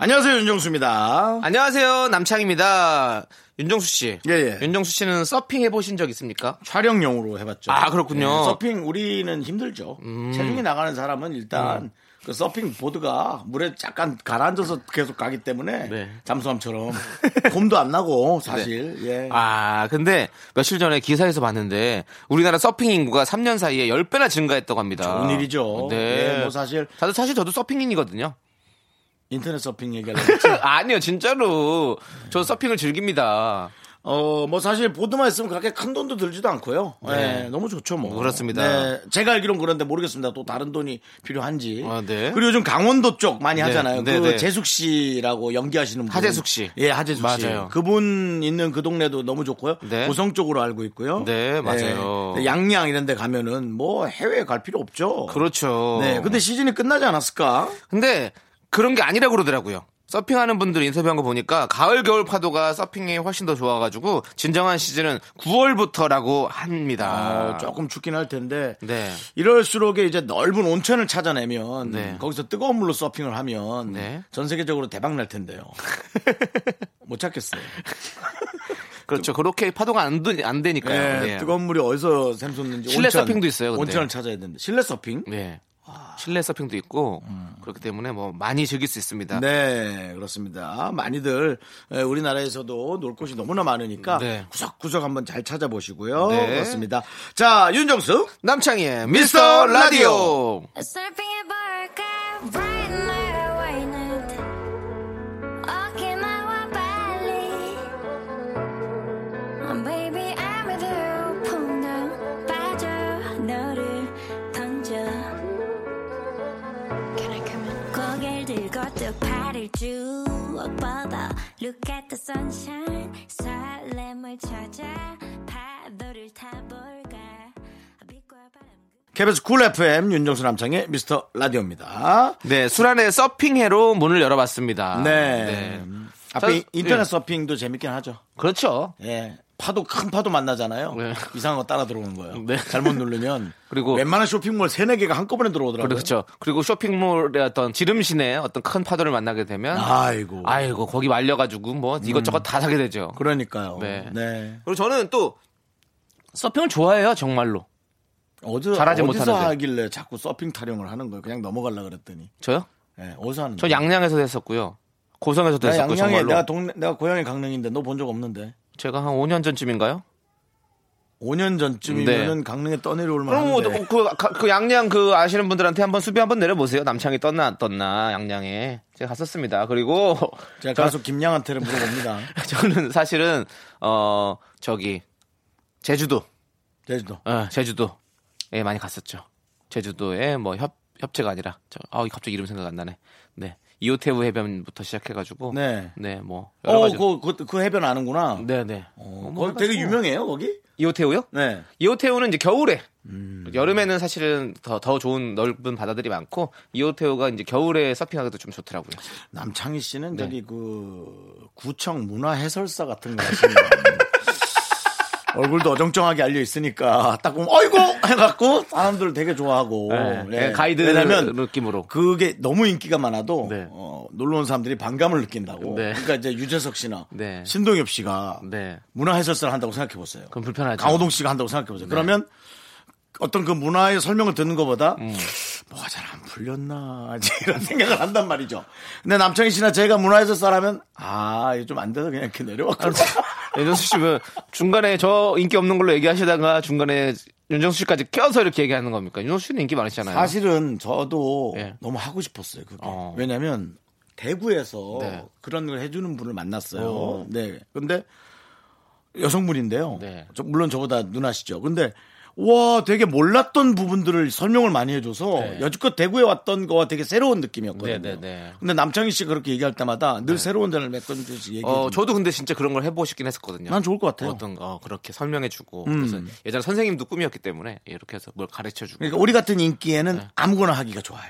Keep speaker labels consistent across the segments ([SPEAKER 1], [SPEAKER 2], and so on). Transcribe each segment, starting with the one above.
[SPEAKER 1] 안녕하세요 윤정수입니다.
[SPEAKER 2] 안녕하세요 남창입니다. 윤정수 씨.
[SPEAKER 1] 예, 예.
[SPEAKER 2] 윤정수 씨는 서핑 해보신 적 있습니까?
[SPEAKER 1] 촬영용으로 해봤죠.
[SPEAKER 2] 아, 그렇군요. 음.
[SPEAKER 1] 예, 서핑 우리는 힘들죠. 체중이 나가는 사람은 일단 그 서핑 보드가 물에 잠깐 가라앉아서 계속 가기 때문에
[SPEAKER 2] 네.
[SPEAKER 1] 잠수함처럼 곰도 안 나고 사실 예.
[SPEAKER 2] 아 근데 며칠 전에 기사에서 봤는데 우리나라 서핑 인구가 3년 사이에 10배나 증가했다고 합니다.
[SPEAKER 1] 좋은 일이죠.
[SPEAKER 2] 네.
[SPEAKER 1] 예, 뭐 사실
[SPEAKER 2] 다들 사실 저도 서핑인이거든요.
[SPEAKER 1] 인터넷 서핑 얘기하려고
[SPEAKER 2] 아니요 진짜로 저 서핑을 즐깁니다.
[SPEAKER 1] 어뭐 사실 보드만 있으면 그렇게 큰 돈도 들지도 않고요.
[SPEAKER 2] 네.
[SPEAKER 1] 예, 너무 좋죠 뭐.
[SPEAKER 2] 그렇습니다.
[SPEAKER 1] 네, 제가 알기론 그런데 모르겠습니다. 또 다른 돈이 필요한지.
[SPEAKER 2] 아, 네.
[SPEAKER 1] 그리고 요즘 강원도 쪽 많이 하잖아요.
[SPEAKER 2] 네,
[SPEAKER 1] 그
[SPEAKER 2] 네.
[SPEAKER 1] 재숙 씨라고 연기하시는 분.
[SPEAKER 2] 하재숙 씨.
[SPEAKER 1] 예, 하재숙 씨.
[SPEAKER 2] 맞아요.
[SPEAKER 1] 그분 있는 그 동네도 너무 좋고요.
[SPEAKER 2] 네.
[SPEAKER 1] 고성 쪽으로 알고 있고요.
[SPEAKER 2] 네, 맞아요.
[SPEAKER 1] 예, 양양 이런 데 가면은 뭐 해외에 갈 필요 없죠.
[SPEAKER 2] 그렇죠.
[SPEAKER 1] 네. 근데 시즌이 끝나지 않았을까?
[SPEAKER 2] 근데 그런 게 아니라 고 그러더라고요. 서핑하는 분들 인터뷰한 거 보니까 가을 겨울 파도가 서핑에 훨씬 더 좋아가지고 진정한 시즌은 9월부터라고 합니다.
[SPEAKER 1] 아, 조금 춥긴 할 텐데.
[SPEAKER 2] 네.
[SPEAKER 1] 이럴수록에 이제 넓은 온천을 찾아내면
[SPEAKER 2] 네.
[SPEAKER 1] 거기서 뜨거운 물로 서핑을 하면
[SPEAKER 2] 네.
[SPEAKER 1] 전 세계적으로 대박 날 텐데요. 못 찾겠어요.
[SPEAKER 2] 그렇죠. 그렇게 파도가 안, 되, 안 되니까요.
[SPEAKER 1] 예,
[SPEAKER 2] 네.
[SPEAKER 1] 뜨거운 물이 어디서 샘솟는지
[SPEAKER 2] 실내
[SPEAKER 1] 온천,
[SPEAKER 2] 서핑도 있어요, 근데.
[SPEAKER 1] 온천을 찾아야 되는데 실내 서핑?
[SPEAKER 2] 네. 실내 서핑도 있고 그렇기 때문에 뭐 많이 즐길 수 있습니다.
[SPEAKER 1] 네, 그렇습니다. 많이들 에, 우리나라에서도 놀 곳이 너무나 많으니까
[SPEAKER 2] 네.
[SPEAKER 1] 구석구석 한번 잘 찾아보시고요.
[SPEAKER 2] 네.
[SPEAKER 1] 그렇습니다. 자, 윤정수.
[SPEAKER 2] 남창희의 미스터 라디오.
[SPEAKER 3] 슬프게 볼까 Bright my way night 어깨만 와 빨리 Oh, Baby I'm with you 풍덩 빠져 너를 던져 Can I come in? 고개를 들고 또 팔을 쭉 뻗어 Look at the sunshine 설렘을 찾아 파도를 타볼까 빛과 바람
[SPEAKER 1] KBS 쿨 FM 윤정수 남창의 미스터 라디오입니다.
[SPEAKER 2] 네, 수란의 서핑해로 문을 열어봤습니다.
[SPEAKER 1] 네. 앞에
[SPEAKER 2] 아, 자,
[SPEAKER 1] 인- 인터넷
[SPEAKER 2] 예.
[SPEAKER 1] 서핑도 재밌긴 하죠.
[SPEAKER 2] 그렇죠.
[SPEAKER 1] 예. 파도 큰 파도 만나잖아요.
[SPEAKER 2] 네.
[SPEAKER 1] 이상한 거 따라 들어오는 거예요.
[SPEAKER 2] 네.
[SPEAKER 1] 잘못 누르면
[SPEAKER 2] 그리고-
[SPEAKER 1] 웬만한 쇼핑몰 세네 개가 한꺼번에 들어오더라고요.
[SPEAKER 2] 그렇죠. 그리고 쇼핑몰의 어떤 지름신에 어떤 큰 파도를 만나게 되면
[SPEAKER 1] 아이고.
[SPEAKER 2] 아이고 거기 말려가지고 뭐 이것저것 다 사게 되죠.
[SPEAKER 1] 그러니까요. 네.
[SPEAKER 2] 네. 그리고 저는 또 서핑을 좋아해요 정말로.
[SPEAKER 1] 어디,
[SPEAKER 2] 잘하지
[SPEAKER 1] 어디서
[SPEAKER 2] 못하는데.
[SPEAKER 1] 하길래 자꾸 서핑 타령을 하는 거예요. 그냥 넘어가려 그랬더니.
[SPEAKER 2] 저요?
[SPEAKER 1] 예. 어디서 하는
[SPEAKER 2] 저
[SPEAKER 1] 거예요?
[SPEAKER 2] 양양에서 했었고요. 고성에서도
[SPEAKER 1] 내가
[SPEAKER 2] 했었고
[SPEAKER 1] 양양에
[SPEAKER 2] 정말로.
[SPEAKER 1] 내가 동네 내가 고향이 강릉인데 너 본 적 없는데.
[SPEAKER 2] 제가 한 5년 전쯤인가요?
[SPEAKER 1] 5년 전쯤이면은 강릉에 떠내려올
[SPEAKER 2] 네. 그럼 뭐,
[SPEAKER 1] 만한데.
[SPEAKER 2] 어, 그, 가- 그 양양 그 아시는 분들한테 한번 수비 한번 내려보세요. 남창이 떴나 안 떴나 양양에 제가 갔었습니다. 그리고
[SPEAKER 1] 제가
[SPEAKER 2] 저-
[SPEAKER 1] 가수 김양한테를 물어봅니다.
[SPEAKER 2] 저는 사실은 어 저기 제주도
[SPEAKER 1] 제주도.
[SPEAKER 2] 어, 제주도. 예, 많이 갔었죠. 제주도에 뭐 협, 협재가 아니라, 저, 아, 갑자기 이름 생각 안 나네. 네. 이오테우 해변부터 시작해가지고.
[SPEAKER 1] 네.
[SPEAKER 2] 뭐. 여러
[SPEAKER 1] 어,
[SPEAKER 2] 가지.
[SPEAKER 1] 그, 그, 그 해변 아는구나.
[SPEAKER 2] 네네.
[SPEAKER 1] 어, 거 되게 유명해요, 거기?
[SPEAKER 2] 이오테우요?
[SPEAKER 1] 네.
[SPEAKER 2] 이오테우는 이제 겨울에.
[SPEAKER 1] 음.
[SPEAKER 2] 여름에는 사실은 더, 더 좋은 넓은 바다들이 많고, 이오테우가 이제 겨울에 서핑하기도 좀 좋더라고요.
[SPEAKER 1] 남창희 씨는
[SPEAKER 2] 네.
[SPEAKER 1] 저기 그 구청 문화 해설사 같은 거 하시는 얼굴도 어정쩡하게 알려 있으니까 딱 보면 어이구 해갖고 사람들 되게 좋아하고
[SPEAKER 2] 네. 네, 가이드 느낌으로.
[SPEAKER 1] 그게 너무 인기가 많아도
[SPEAKER 2] 네.
[SPEAKER 1] 어, 놀러 온 사람들이 반감을 느낀다고
[SPEAKER 2] 네.
[SPEAKER 1] 그러니까 이제 유재석 씨나
[SPEAKER 2] 네.
[SPEAKER 1] 신동엽 씨가
[SPEAKER 2] 네.
[SPEAKER 1] 문화 해설사를 한다고 생각해 보세요.
[SPEAKER 2] 그럼 불편하죠. 네.
[SPEAKER 1] 강호동 씨가 한다고 생각해 보세요. 그러면 어떤 그 문화의 설명을 듣는 것보다
[SPEAKER 2] 음.
[SPEAKER 1] 뭐가 잘 안 풀렸나 이제 이런 생각을 한단 말이죠. 근데 남창희 씨나 제가 문화에서 살아면 아좀안 돼서 그냥 이렇게 내려왔구나.
[SPEAKER 2] 네, 윤정수 씨, 왜 중간에 저 인기 없는 걸로 얘기하시다가 중간에 윤정수 씨까지 껴서 이렇게 얘기하는 겁니까? 윤정수 씨는 인기 많으시잖아요.
[SPEAKER 1] 사실은 저도
[SPEAKER 2] 예.
[SPEAKER 1] 너무 하고 싶었어요. 그게
[SPEAKER 2] 어.
[SPEAKER 1] 왜냐하면 대구에서
[SPEAKER 2] 네.
[SPEAKER 1] 그런 걸 해주는 분을 만났어요.
[SPEAKER 2] 어.
[SPEAKER 1] 네. 근데 여성분인데요.
[SPEAKER 2] 네.
[SPEAKER 1] 저- 물론 저보다 누나시죠. 근데 와, 되게 몰랐던 부분들을 설명을 많이 해줘서 여지껏 대구에 왔던 거와 되게 새로운 느낌이었거든요.
[SPEAKER 2] 네, 네, 네.
[SPEAKER 1] 근데 남창희 씨 그렇게 얘기할 때마다 늘 새로운 점을 몇건씩 얘기해.
[SPEAKER 2] 어,
[SPEAKER 1] 어,
[SPEAKER 2] 저도 근데 진짜 그런 걸 해보고 싶긴 했었거든요.
[SPEAKER 1] 난 좋을 것 같아요. 음.
[SPEAKER 2] 어떤 거 어, 그렇게 설명해주고 그래서 예전에 선생님도 꿈이었기 때문에 이렇게 해서 뭘 가르쳐주고
[SPEAKER 1] 그러니까 우리 같은 인기에는
[SPEAKER 2] 네.
[SPEAKER 1] 아무거나 하기가 좋아요.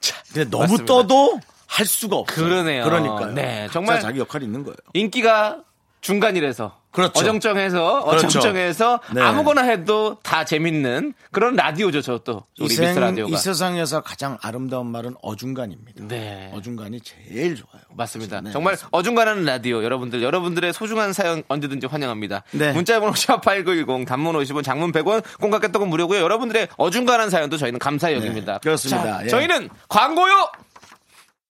[SPEAKER 1] 자, 근데 너무
[SPEAKER 2] 맞습니다.
[SPEAKER 1] 떠도 할 수가 없어요.
[SPEAKER 2] 그러네요.
[SPEAKER 1] 그러니까요.
[SPEAKER 2] 네,
[SPEAKER 1] 각자
[SPEAKER 2] 정말-
[SPEAKER 1] 자기 역할이 있는 거예요.
[SPEAKER 2] 인기가 중간이라서
[SPEAKER 1] 그렇죠.
[SPEAKER 2] 어정쩡해서
[SPEAKER 1] 그렇죠.
[SPEAKER 2] 어정쩡해서
[SPEAKER 1] 네.
[SPEAKER 2] 아무거나 해도 다 재밌는 그런 라디오죠. 저또
[SPEAKER 1] 이,
[SPEAKER 2] 우리
[SPEAKER 1] 생-
[SPEAKER 2] 미스 라디오가
[SPEAKER 1] 이 세상에서 가장 아름다운 말은 어중간입니다.
[SPEAKER 2] 네.
[SPEAKER 1] 어중간이 제일 좋아요.
[SPEAKER 2] 맞습니다.
[SPEAKER 1] 네,
[SPEAKER 2] 정말 어중간한 라디오 여러분들 여러분들의 소중한 사연 언제든지 환영합니다.
[SPEAKER 1] 네.
[SPEAKER 2] 문자번호 샵8910 단문 50원 장문 100원 콩깍개떡은 무료고요. 여러분들의 어중간한 사연도 저희는 감사히 여깁니다.
[SPEAKER 1] 그렇습니다.
[SPEAKER 2] 자,
[SPEAKER 1] 예.
[SPEAKER 2] 저희는 광고요.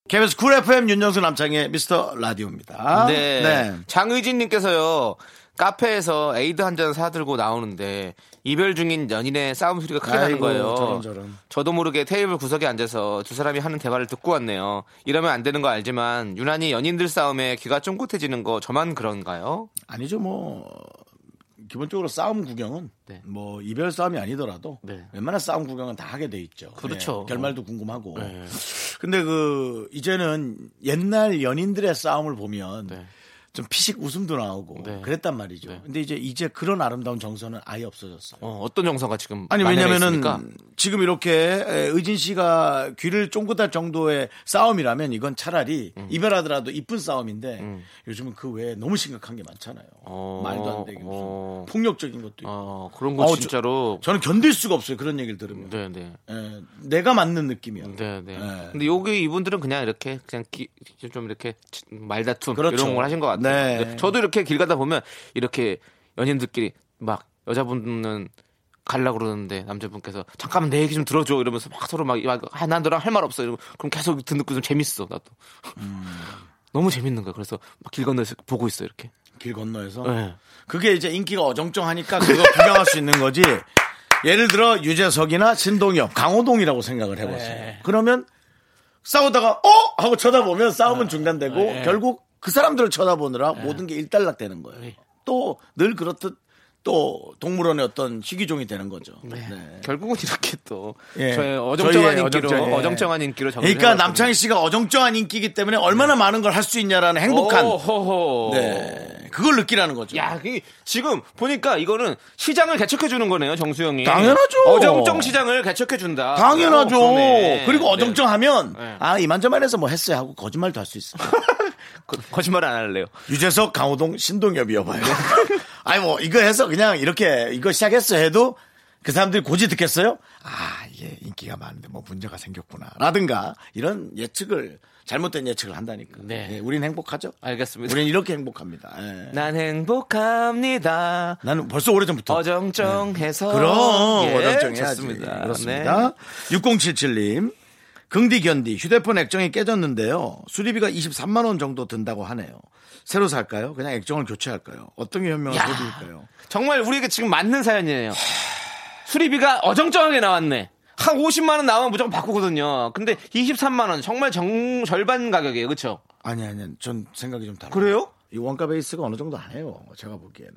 [SPEAKER 1] KBS 쿨 FM 윤정수 남창의 미스터 라디오입니다.
[SPEAKER 2] 네. 장의진님께서요. 카페에서 에이드 한 잔 사들고 나오는데 이별 중인 연인의 싸움 소리가 크게 나는
[SPEAKER 1] 아이고,
[SPEAKER 2] 거예요.
[SPEAKER 1] 저런, 저런.
[SPEAKER 2] 저도 모르게 테이블 구석에 앉아서 두 사람이 하는 대화를 듣고 왔네요. 이러면 안 되는 거 알지만 유난히 연인들 싸움에 귀가 쫑긋해지는 거 저만 그런가요?
[SPEAKER 1] 아니죠 뭐 기본적으로 싸움 구경은
[SPEAKER 2] 네.
[SPEAKER 1] 뭐 이별 싸움이 아니더라도
[SPEAKER 2] 네.
[SPEAKER 1] 웬만한 싸움 구경은 다 하게 돼 있죠.
[SPEAKER 2] 그렇죠. 네.
[SPEAKER 1] 예, 결말도 궁금하고. 근데 그 이제는 옛날 연인들의 싸움을 보면
[SPEAKER 2] 네.
[SPEAKER 1] 좀 피식 웃음도 나오고
[SPEAKER 2] 네.
[SPEAKER 1] 그랬단 말이죠.
[SPEAKER 2] 네.
[SPEAKER 1] 근데 이제 이제 그런 아름다운 정서는 아예 없어졌어요.
[SPEAKER 2] 어, 어떤 정서가 지금
[SPEAKER 1] 아니
[SPEAKER 2] 만연해
[SPEAKER 1] 왜냐면은
[SPEAKER 2] 있습니까?
[SPEAKER 1] 지금 이렇게 에, 의진 씨가 귀를 쫑긋할 정도의 싸움이라면 이건 차라리
[SPEAKER 2] 음.
[SPEAKER 1] 이별하더라도 이쁜 싸움인데 요즘은 그 외에 너무 심각한 게 많잖아요.
[SPEAKER 2] 어,
[SPEAKER 1] 말도 안 되게 무슨
[SPEAKER 2] 어.
[SPEAKER 1] 폭력적인 것도 있고.
[SPEAKER 2] 어, 그런 거
[SPEAKER 1] 어, 저-
[SPEAKER 2] 진짜로
[SPEAKER 1] 저는 견딜 수가 없어요. 그런 얘기를 들으면.
[SPEAKER 2] 네, 네.
[SPEAKER 1] 에, 내가 맞는 느낌이야.
[SPEAKER 2] 네, 네.
[SPEAKER 1] 예.
[SPEAKER 2] 근데 여기 이분들은 그냥 이렇게 그냥 기- 좀 이렇게 치- 말다툼
[SPEAKER 1] 그렇죠.
[SPEAKER 2] 이런 걸 하신 것 같아요.
[SPEAKER 1] 네.
[SPEAKER 2] 근데 저도 이렇게 길 가다 보면 이렇게 연인들끼리 막 여자분은 갈라 그러는데 남자분께서 잠깐만 내 얘기 좀 들어줘 이러면서 막 서로 막난 너랑 할 말 없어 이러고 그럼 계속 듣고 좀 재밌어 나도
[SPEAKER 1] 음.
[SPEAKER 2] 너무 재밌는 거야 그래서 막 길 건너서 보고 있어 이렇게
[SPEAKER 1] 길 건너에서.
[SPEAKER 2] 네.
[SPEAKER 1] 그게 이제 인기가 어정쩡하니까 그거 구경할 수 있는 거지. 예를 들어 유재석이나 신동엽, 강호동이라고 생각을 해보세요.
[SPEAKER 2] 네.
[SPEAKER 1] 그러면 싸우다가 어 하고 쳐다보면 싸움은
[SPEAKER 2] 네.
[SPEAKER 1] 중단되고 결국 그 사람들을 쳐다보느라 모든 게 일단락 되는 거예요.
[SPEAKER 2] 네.
[SPEAKER 1] 또 늘 그렇듯 또 동물원의 어떤 희귀종이 되는 거죠. 네.
[SPEAKER 2] 결국은 이렇게 또
[SPEAKER 1] 예.
[SPEAKER 2] 저의 어정쩡한
[SPEAKER 1] 저희의
[SPEAKER 2] 인기로
[SPEAKER 1] 어정쩡, 예.
[SPEAKER 2] 어정쩡한 인기로 정리를
[SPEAKER 1] 그러니까
[SPEAKER 2] 해봤거든요.
[SPEAKER 1] 남창희 씨가 어정쩡한 인기이기 때문에 얼마나 많은 걸 할 수 있냐라는 행복한
[SPEAKER 2] 오호호.
[SPEAKER 1] 네. 그걸 느끼라는 거죠.
[SPEAKER 2] 야, 그 지금 보니까 이거는 시장을 개척해 주는 거네요, 정수영이.
[SPEAKER 1] 당연하죠.
[SPEAKER 2] 어정쩡 시장을 개척해 준다. 어,
[SPEAKER 1] 당연하죠. 그리고 어정쩡하면
[SPEAKER 2] 아, 네.
[SPEAKER 1] 아 이만저만해서 뭐 했어요 하고 거짓말도 할 수 있어. 요
[SPEAKER 2] 거짓말 안 할래요.
[SPEAKER 1] 유재석, 강호동, 신동엽이어봐요. 아니 뭐 이거 해서 그냥 이렇게 이거 시작했어 해도 그 사람들이 고지 듣겠어요? 아 이게 인기가 많은데 뭐 문제가 생겼구나. 라든가 이런 예측을 잘못된 예측을 한다니까.
[SPEAKER 2] 네.
[SPEAKER 1] 예, 우린 행복하죠.
[SPEAKER 2] 알겠습니다.
[SPEAKER 1] 우린 이렇게 행복합니다. 예.
[SPEAKER 2] 난 행복합니다.
[SPEAKER 1] 나는 벌써 오래 전부터.
[SPEAKER 2] 어, 어정쩡해서
[SPEAKER 1] 네. 그럼
[SPEAKER 2] 예,
[SPEAKER 1] 어정쩡해야지.
[SPEAKER 2] 좋습니다. 네.
[SPEAKER 1] 그렇습니다. 6077님. 긍디 견디 휴대폰 액정이 깨졌는데요. 수리비가 23만 원 정도 든다고 하네요. 새로 살까요? 그냥 액정을 교체할까요? 어떤 게 현명한
[SPEAKER 2] 야.
[SPEAKER 1] 소비일까요?
[SPEAKER 2] 정말 우리에게 지금 맞는 사연이에요. 수리비가 어정쩡하게 나왔네. 한 50만 원 나오면 무조건 바꾸거든요. 근데 23만 원 정말 정 절반 가격이에요. 그렇죠?
[SPEAKER 1] 아니 아니, 전 생각이 좀 다르요
[SPEAKER 2] 그래요?
[SPEAKER 1] 이 원가 베이스가 어느 정도 안 해요. 제가 보기에는.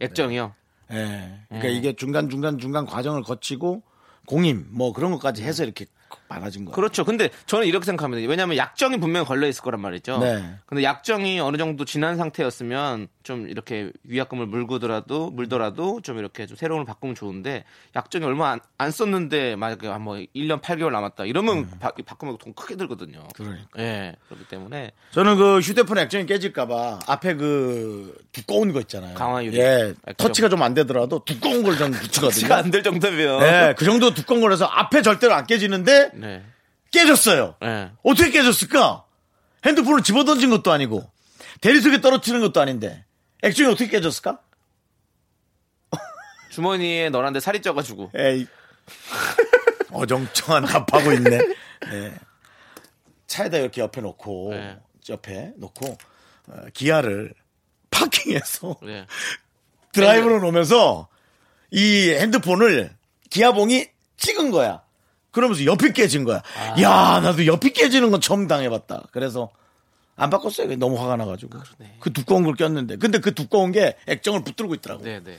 [SPEAKER 2] 액정이요.
[SPEAKER 1] 예. 그러니까 이게 중간 중간 중간 과정을 거치고 공임 뭐 그런 것까지 해서 이렇게 많아진 거예요.
[SPEAKER 2] 그렇죠. 근데 저는 이렇게 생각합니다. 왜냐하면 약정이 분명히 걸려 있을 거란 말이죠.
[SPEAKER 1] 네.
[SPEAKER 2] 근데 약정이 어느 정도 지난 상태였으면 좀 이렇게 위약금을 물고더라도 물더라도 좀 이렇게 좀 새로운 걸 바꾸면 좋은데 약정이 얼마 안, 안 썼는데 만약에 한뭐 1년 8개월 남았다 이러면 바, 바꾸면 돈 크게 들거든요.
[SPEAKER 1] 네. 그러니까.
[SPEAKER 2] 예. 그렇기 때문에
[SPEAKER 1] 저는 그 휴대폰 액정이 깨질까봐 앞에 그 두꺼운 거 있잖아요.
[SPEAKER 2] 강화 유리.
[SPEAKER 1] 예.
[SPEAKER 2] 액정.
[SPEAKER 1] 터치가 좀 안 되더라도 두꺼운 걸 저는
[SPEAKER 2] 시간
[SPEAKER 1] 붙이거든요.
[SPEAKER 2] 안 될 정도면
[SPEAKER 1] 네, 그 정도 두꺼운 거라서 앞에 절대로 안 깨지는데
[SPEAKER 2] 네.
[SPEAKER 1] 깨졌어요.
[SPEAKER 2] 네.
[SPEAKER 1] 어떻게 깨졌을까? 핸드폰을 집어던진 것도 아니고 대리석에 떨어뜨리는 것도 아닌데 액정이 어떻게 깨졌을까?
[SPEAKER 2] 주머니에 너한테 살이 쪄가지고
[SPEAKER 1] 에이. 어정쩡한 답하고 있네. 네. 차에다 이렇게 옆에 놓고,
[SPEAKER 2] 네.
[SPEAKER 1] 옆에 놓고, 어, 기아를 파킹해서
[SPEAKER 2] 예.
[SPEAKER 1] 드라이브로 놓으면서 이 핸드폰을 기아봉이 찍은 거야. 그러면서 옆이 깨진 거야.
[SPEAKER 2] 아.
[SPEAKER 1] 야, 나도 옆이 깨지는 건 처음 당해봤다. 그래서 안 바꿨어요. 너무 화가 나가지고. 그 두꺼운 걸 꼈는데. 근데 그 두꺼운 게 액정을 붙들고 있더라고.
[SPEAKER 2] 네, 네.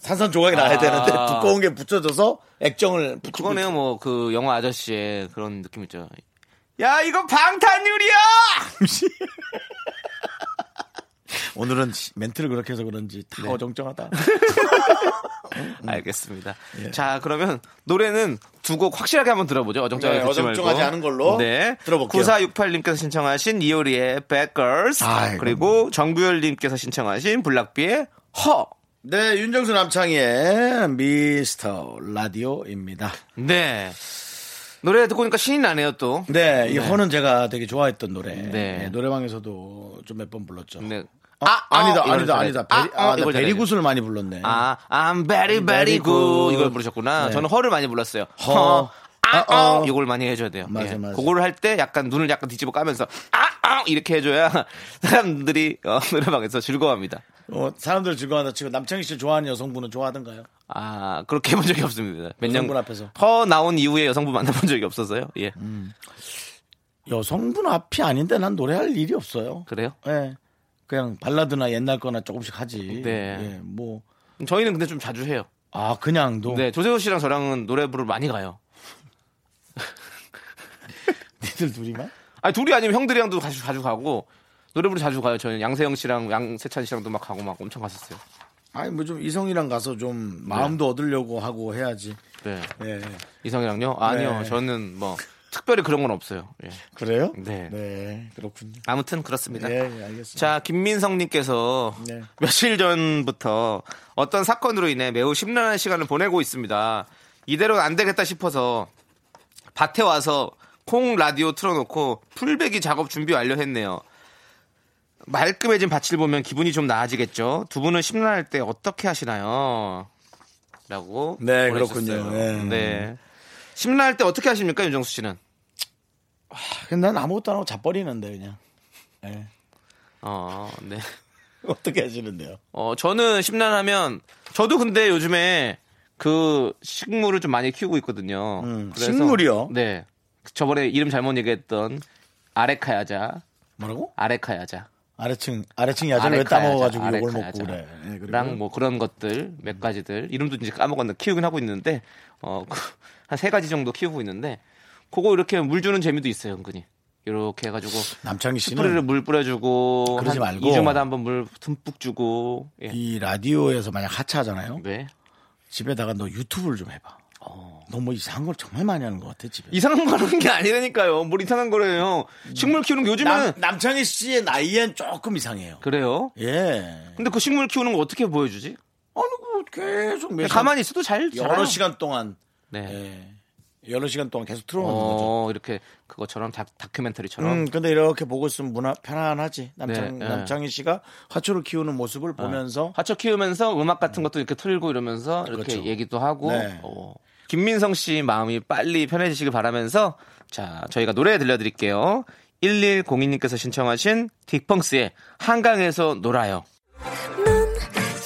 [SPEAKER 1] 산산 조각이 나야 되는데
[SPEAKER 2] 아.
[SPEAKER 1] 두꺼운 게 붙여져서 액정을 붙이고
[SPEAKER 2] 그거네요, 뭐, 그 영화 아저씨의 그런 느낌 있죠. 야, 이거 방탄유리야!
[SPEAKER 1] 오늘은 시- 멘트를 그렇게 해서 그런지 다
[SPEAKER 2] 네.
[SPEAKER 1] 어정쩡하다. 음.
[SPEAKER 2] 알겠습니다.
[SPEAKER 1] 예.
[SPEAKER 2] 자, 그러면 노래는 두 곡 확실하게 한번 들어보죠. 어정쩡하게
[SPEAKER 1] 네,
[SPEAKER 2] 듣지 말고.
[SPEAKER 1] 어정쩡하지 않은 걸로
[SPEAKER 2] 네.
[SPEAKER 1] 들어볼게요.
[SPEAKER 2] 9468님께서 신청하신 이효리의 Backgirls.
[SPEAKER 1] 아이고.
[SPEAKER 2] 그리고 정구열님께서 신청하신 블락비의 허.
[SPEAKER 1] 네, 윤정수 남창희의 미스터 라디오입니다.
[SPEAKER 2] 네. 노래 듣고 보니까 신이 나네요, 또.
[SPEAKER 1] 네, 이 허는 제가 되게 좋아했던 노래.
[SPEAKER 2] 네.
[SPEAKER 1] 네, 노래방에서도 좀 몇 번 불렀죠.
[SPEAKER 2] 네.
[SPEAKER 1] 아, 아니다,
[SPEAKER 2] 이걸
[SPEAKER 1] 아니다,
[SPEAKER 2] 잘해.
[SPEAKER 1] 아니다.
[SPEAKER 2] 아,
[SPEAKER 1] 베리,
[SPEAKER 2] 어,
[SPEAKER 1] 아, 나
[SPEAKER 2] 이걸 잘해.
[SPEAKER 1] 베리굿을 많이 불렀네.
[SPEAKER 2] 아, I'm very, very
[SPEAKER 1] Very
[SPEAKER 2] good.
[SPEAKER 1] good.
[SPEAKER 2] 이걸 부르셨구나.
[SPEAKER 1] 네.
[SPEAKER 2] 저는 허를 많이 불렀어요.
[SPEAKER 1] 허.
[SPEAKER 2] 허. 아,
[SPEAKER 1] 아,
[SPEAKER 2] 어.
[SPEAKER 1] 어.
[SPEAKER 2] 이걸 많이 해줘야 돼요. 예.
[SPEAKER 1] 맞아, 맞아.
[SPEAKER 2] 그걸 할 때 약간 눈을 약간 뒤집어 까면서 아, 어. 이렇게 해줘야 사람들이 어, 노래방에서 즐거워합니다.
[SPEAKER 1] 어, 사람들 즐거워하다 치고 남창희 씨 좋아하는 여성분은 좋아하던가요?
[SPEAKER 2] 아, 그렇게 해본 적이 없습니다. 몇 년.
[SPEAKER 1] 여성분 앞에서.
[SPEAKER 2] 허 나온 이후에 여성분 만나본 적이 없어서요. 예.
[SPEAKER 1] 여성분 앞이 아닌데 난 노래할 일이 없어요.
[SPEAKER 2] 그래요?
[SPEAKER 1] 예. 그냥 발라드나 옛날 거나 조금씩 하지.
[SPEAKER 2] 네.
[SPEAKER 1] 예, 뭐.
[SPEAKER 2] 저희는 근데 좀 자주 해요.
[SPEAKER 1] 아, 그냥도.
[SPEAKER 2] 네, 조세호 씨랑 저랑은 노래 부를 많이 가요.
[SPEAKER 1] 니들 둘이만?
[SPEAKER 2] 아니, 둘이 아니면 형들이랑도 같이 자주 가고 노래 부르 자주 가요. 저는 양세형 씨랑 양세찬 씨랑도 막 가고 막 엄청 갔었어요.
[SPEAKER 1] 아니, 뭐 좀 이성이랑 가서 좀 마음도 얻으려고 하고 해야지.
[SPEAKER 2] 네.
[SPEAKER 1] 예.
[SPEAKER 2] 이성이랑요? 아니요.
[SPEAKER 1] 네.
[SPEAKER 2] 저는 뭐 특별히 그런 건 없어요. 예.
[SPEAKER 1] 그래요?
[SPEAKER 2] 네.
[SPEAKER 1] 네, 그렇군요.
[SPEAKER 2] 아무튼 그렇습니다.
[SPEAKER 1] 예, 예, 알겠습니다.
[SPEAKER 2] 자, 김민성님께서
[SPEAKER 1] 네.
[SPEAKER 2] 며칠 전부터 어떤 사건으로 인해 매우 심란한 시간을 보내고 있습니다. 이대로는 안 되겠다 싶어서 밭에 와서 콩 라디오 틀어놓고 풀베기 작업 준비 완료했네요. 말끔해진 밭을 보면 기분이 좀 나아지겠죠? 두 분은 심란할 때 어떻게 하시나요? 라고.
[SPEAKER 1] 네,
[SPEAKER 2] 보내주셨어요.
[SPEAKER 1] 그렇군요. 네.
[SPEAKER 2] 네. 심란할 때 어떻게 하십니까, 윤정수 씨는?
[SPEAKER 1] 근데 난 아무것도 안 하고 자버리는데 그냥. 예.
[SPEAKER 2] 어, 네.
[SPEAKER 1] 어떻게 하시는데요?
[SPEAKER 2] 어, 저는 심란하면 저도 근데 요즘에 그 식물을 좀 많이 키우고 있거든요.
[SPEAKER 1] 음, 식물이요?
[SPEAKER 2] 네. 저번에 이름 잘못 얘기했던 아레카야자,
[SPEAKER 1] 뭐라고?
[SPEAKER 2] 아레카야자.
[SPEAKER 1] 아래층 아래층 야자를 왜
[SPEAKER 2] 아레카야자,
[SPEAKER 1] 따먹어가지고 욕걸
[SPEAKER 2] 아레카야자.
[SPEAKER 1] 먹고 그래? 예, 그리고
[SPEAKER 2] 랑 뭐 그런 것들 몇 가지들 이름도 이제 까먹었는데 키우긴 하고 있는데 어한 세 가지 정도 키우고 있는데 그거 이렇게 물 주는 재미도 있어요 은근히 이렇게 해가지고
[SPEAKER 1] 남창희
[SPEAKER 2] 뿌리를
[SPEAKER 1] 씨는
[SPEAKER 2] 물 뿌려주고
[SPEAKER 1] 그러지
[SPEAKER 2] 한
[SPEAKER 1] 말고.
[SPEAKER 2] 2주마다 한번 물 듬뿍 주고 예.
[SPEAKER 1] 이 라디오에서 만약 하차하잖아요.
[SPEAKER 2] 네.
[SPEAKER 1] 집에다가 너 유튜브를 좀 해봐. 너 뭐 이상한 걸 정말 많이 하는 것 같아 집에.
[SPEAKER 2] 이상한 거 하는 게 아니라니까요. 뭘 이상한 거래요. 식물 키우는 게 요즘에는
[SPEAKER 1] 남, 남창희 씨의 나이엔 조금 이상해요.
[SPEAKER 2] 그래요.
[SPEAKER 1] 예.
[SPEAKER 2] 근데 그 식물 키우는 거 어떻게 보여주지?
[SPEAKER 1] 아니 그 계속 몇
[SPEAKER 2] 그냥 가만히 있어도 잘
[SPEAKER 1] 시간, 여러
[SPEAKER 2] 자라요.
[SPEAKER 1] 시간 동안
[SPEAKER 2] 네.
[SPEAKER 1] 예. 여러 시간 동안 계속 틀어놓는 거죠.
[SPEAKER 2] 어, 이렇게 그것처럼 다, 다큐멘터리처럼
[SPEAKER 1] 음, 근데 이렇게 보고 있으면 문화 편안하지. 남창,
[SPEAKER 2] 네, 예.
[SPEAKER 1] 남창희 씨가 화초를 키우는 모습을 보면서
[SPEAKER 2] 화초 키우면서 음악 같은 것도 이렇게 틀고 이러면서 이렇게
[SPEAKER 1] 그렇죠.
[SPEAKER 2] 얘기도 하고
[SPEAKER 1] 네.
[SPEAKER 2] 어. 김민성 씨 마음이 빨리 편해지시길 바라면서 자 저희가 노래 들려드릴게요. 1102님께서 신청하신 딕펑스의 한강에서 놀아요.
[SPEAKER 3] 넌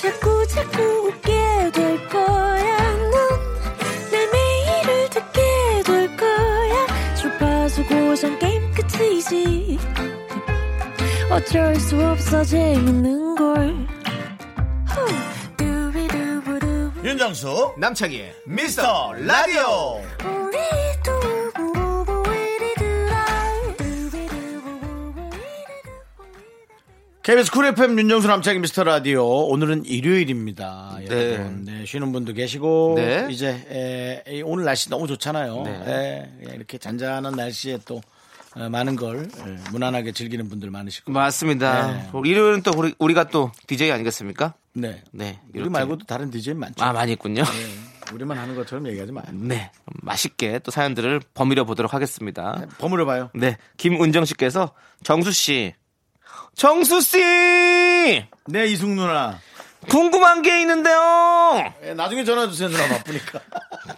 [SPEAKER 3] 자꾸 자꾸 웃게 될 거야. 넌내 매일을 듣게 될 거야. 주파수 고정 게임 끝이지. 어쩔 수 없어 재밌는 걸. 후. 두비두부두.
[SPEAKER 1] 윤정수 남창희의 미스터 라디오
[SPEAKER 3] 우리 두부부부 우리들아. 두비두부부부 우리들아.
[SPEAKER 1] KBS 쿨 FM 윤정수 남창희 미스터 라디오 오늘은 일요일입니다
[SPEAKER 2] 네.
[SPEAKER 1] 여러분 네, 쉬는 분도 계시고
[SPEAKER 2] 네.
[SPEAKER 1] 이제 에, 이 오늘 날씨 너무 좋잖아요
[SPEAKER 2] 네.
[SPEAKER 1] 에, 예, 이렇게 잔잔한 날씨에 또 에, 많은 걸 에, 무난하게 즐기는 분들 많으실 겁니다
[SPEAKER 2] 맞습니다. 어, 일요일은 또 우리, 우리가 또 DJ 아니겠습니까?
[SPEAKER 1] 네.
[SPEAKER 2] 네, 이렇게.
[SPEAKER 1] 우리 말고도 다른 DJ 많죠
[SPEAKER 2] 아 많이 있군요.
[SPEAKER 1] 네, 우리만 하는 것처럼 얘기하지 마요
[SPEAKER 2] 네, 그럼 맛있게 또 사연들을 버무려 보도록 하겠습니다.
[SPEAKER 1] 버무려 봐요
[SPEAKER 2] 네, 김은정 씨께서 정수 씨, 정수 씨
[SPEAKER 1] 네 이숙 누나
[SPEAKER 2] 궁금한 게 있는데요.
[SPEAKER 1] 예, 나중에 전화 주세요 누나 바쁘니까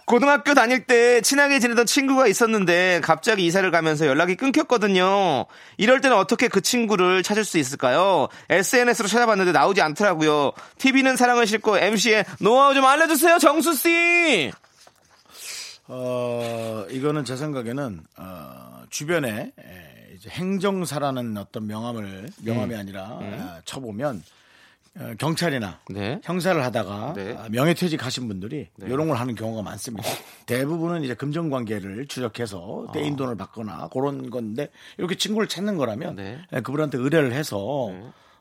[SPEAKER 2] 고등학교 다닐 때 친하게 지내던 친구가 있었는데 갑자기 이사를 가면서 연락이 끊겼거든요. 이럴 때는 어떻게 그 친구를 찾을 수 있을까요? SNS로 찾아봤는데 나오지 않더라고요. TV는 사랑을 싣고 MC의 노하우 좀 알려주세요, 정수 씨.
[SPEAKER 1] 어, 이거는 제 생각에는 어, 주변에
[SPEAKER 2] 음.
[SPEAKER 1] 에, 이제 행정사라는 어떤 명함을 명함이 아니라 아, 쳐보면 어, 경찰이나
[SPEAKER 2] 네.
[SPEAKER 1] 형사를 하다가
[SPEAKER 2] 네.
[SPEAKER 1] 아, 명예퇴직 하신 분들이 이런 걸 하는 경우가 많습니다. 대부분은 이제 금전관계를 추적해서
[SPEAKER 2] 아.
[SPEAKER 1] 떼인 돈을 받거나 그런 건데 이렇게 친구를 찾는 거라면
[SPEAKER 2] 네.
[SPEAKER 1] 예, 그분한테 의뢰를 해서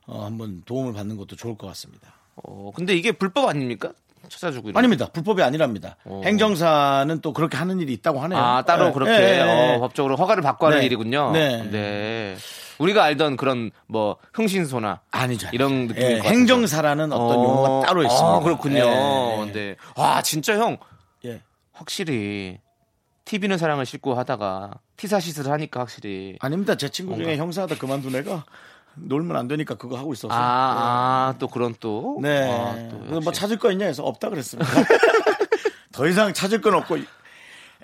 [SPEAKER 1] 어, 한번 도움을 받는 것도 좋을 것 같습니다.
[SPEAKER 2] 어, 근데 이게 불법 아닙니까? 찾아주고 이런
[SPEAKER 1] 아닙니다. 불법이 아니랍니다.
[SPEAKER 2] 어.
[SPEAKER 1] 행정사는 또 그렇게 하는 일이 있다고 하네요.
[SPEAKER 2] 아 따로
[SPEAKER 1] 예,
[SPEAKER 2] 그렇게
[SPEAKER 1] 예, 예.
[SPEAKER 2] 어, 법적으로 허가를 받고 하는
[SPEAKER 1] 네.
[SPEAKER 2] 일이군요.
[SPEAKER 1] 네.
[SPEAKER 2] 네. 우리가 알던 그런 뭐 흥신소나
[SPEAKER 1] 아니죠. 아니죠.
[SPEAKER 2] 이런 느낌인
[SPEAKER 1] 예,
[SPEAKER 2] 것 같아서.
[SPEAKER 1] 행정사라는 어떤 용어가 따로 있습니다.
[SPEAKER 2] 아, 그렇군요.
[SPEAKER 1] 예, 예,
[SPEAKER 2] 네. 와 진짜 형
[SPEAKER 1] 예.
[SPEAKER 2] 확실히 TV는 사랑을 싣고 하다가 티사시스를 하니까 확실히
[SPEAKER 1] 아닙니다. 제 친구 중에 형사하다 그만둔 애가 놀면 안 되니까 아, 그거 하고 있어서.
[SPEAKER 2] 아, 아또 그런 또
[SPEAKER 1] 그렇죠. 네.
[SPEAKER 2] 아, 또
[SPEAKER 1] 그래서 뭐
[SPEAKER 2] 역시.
[SPEAKER 1] 찾을 거 있냐 해서 없다 그랬습니다. 더 이상 찾을 건 없고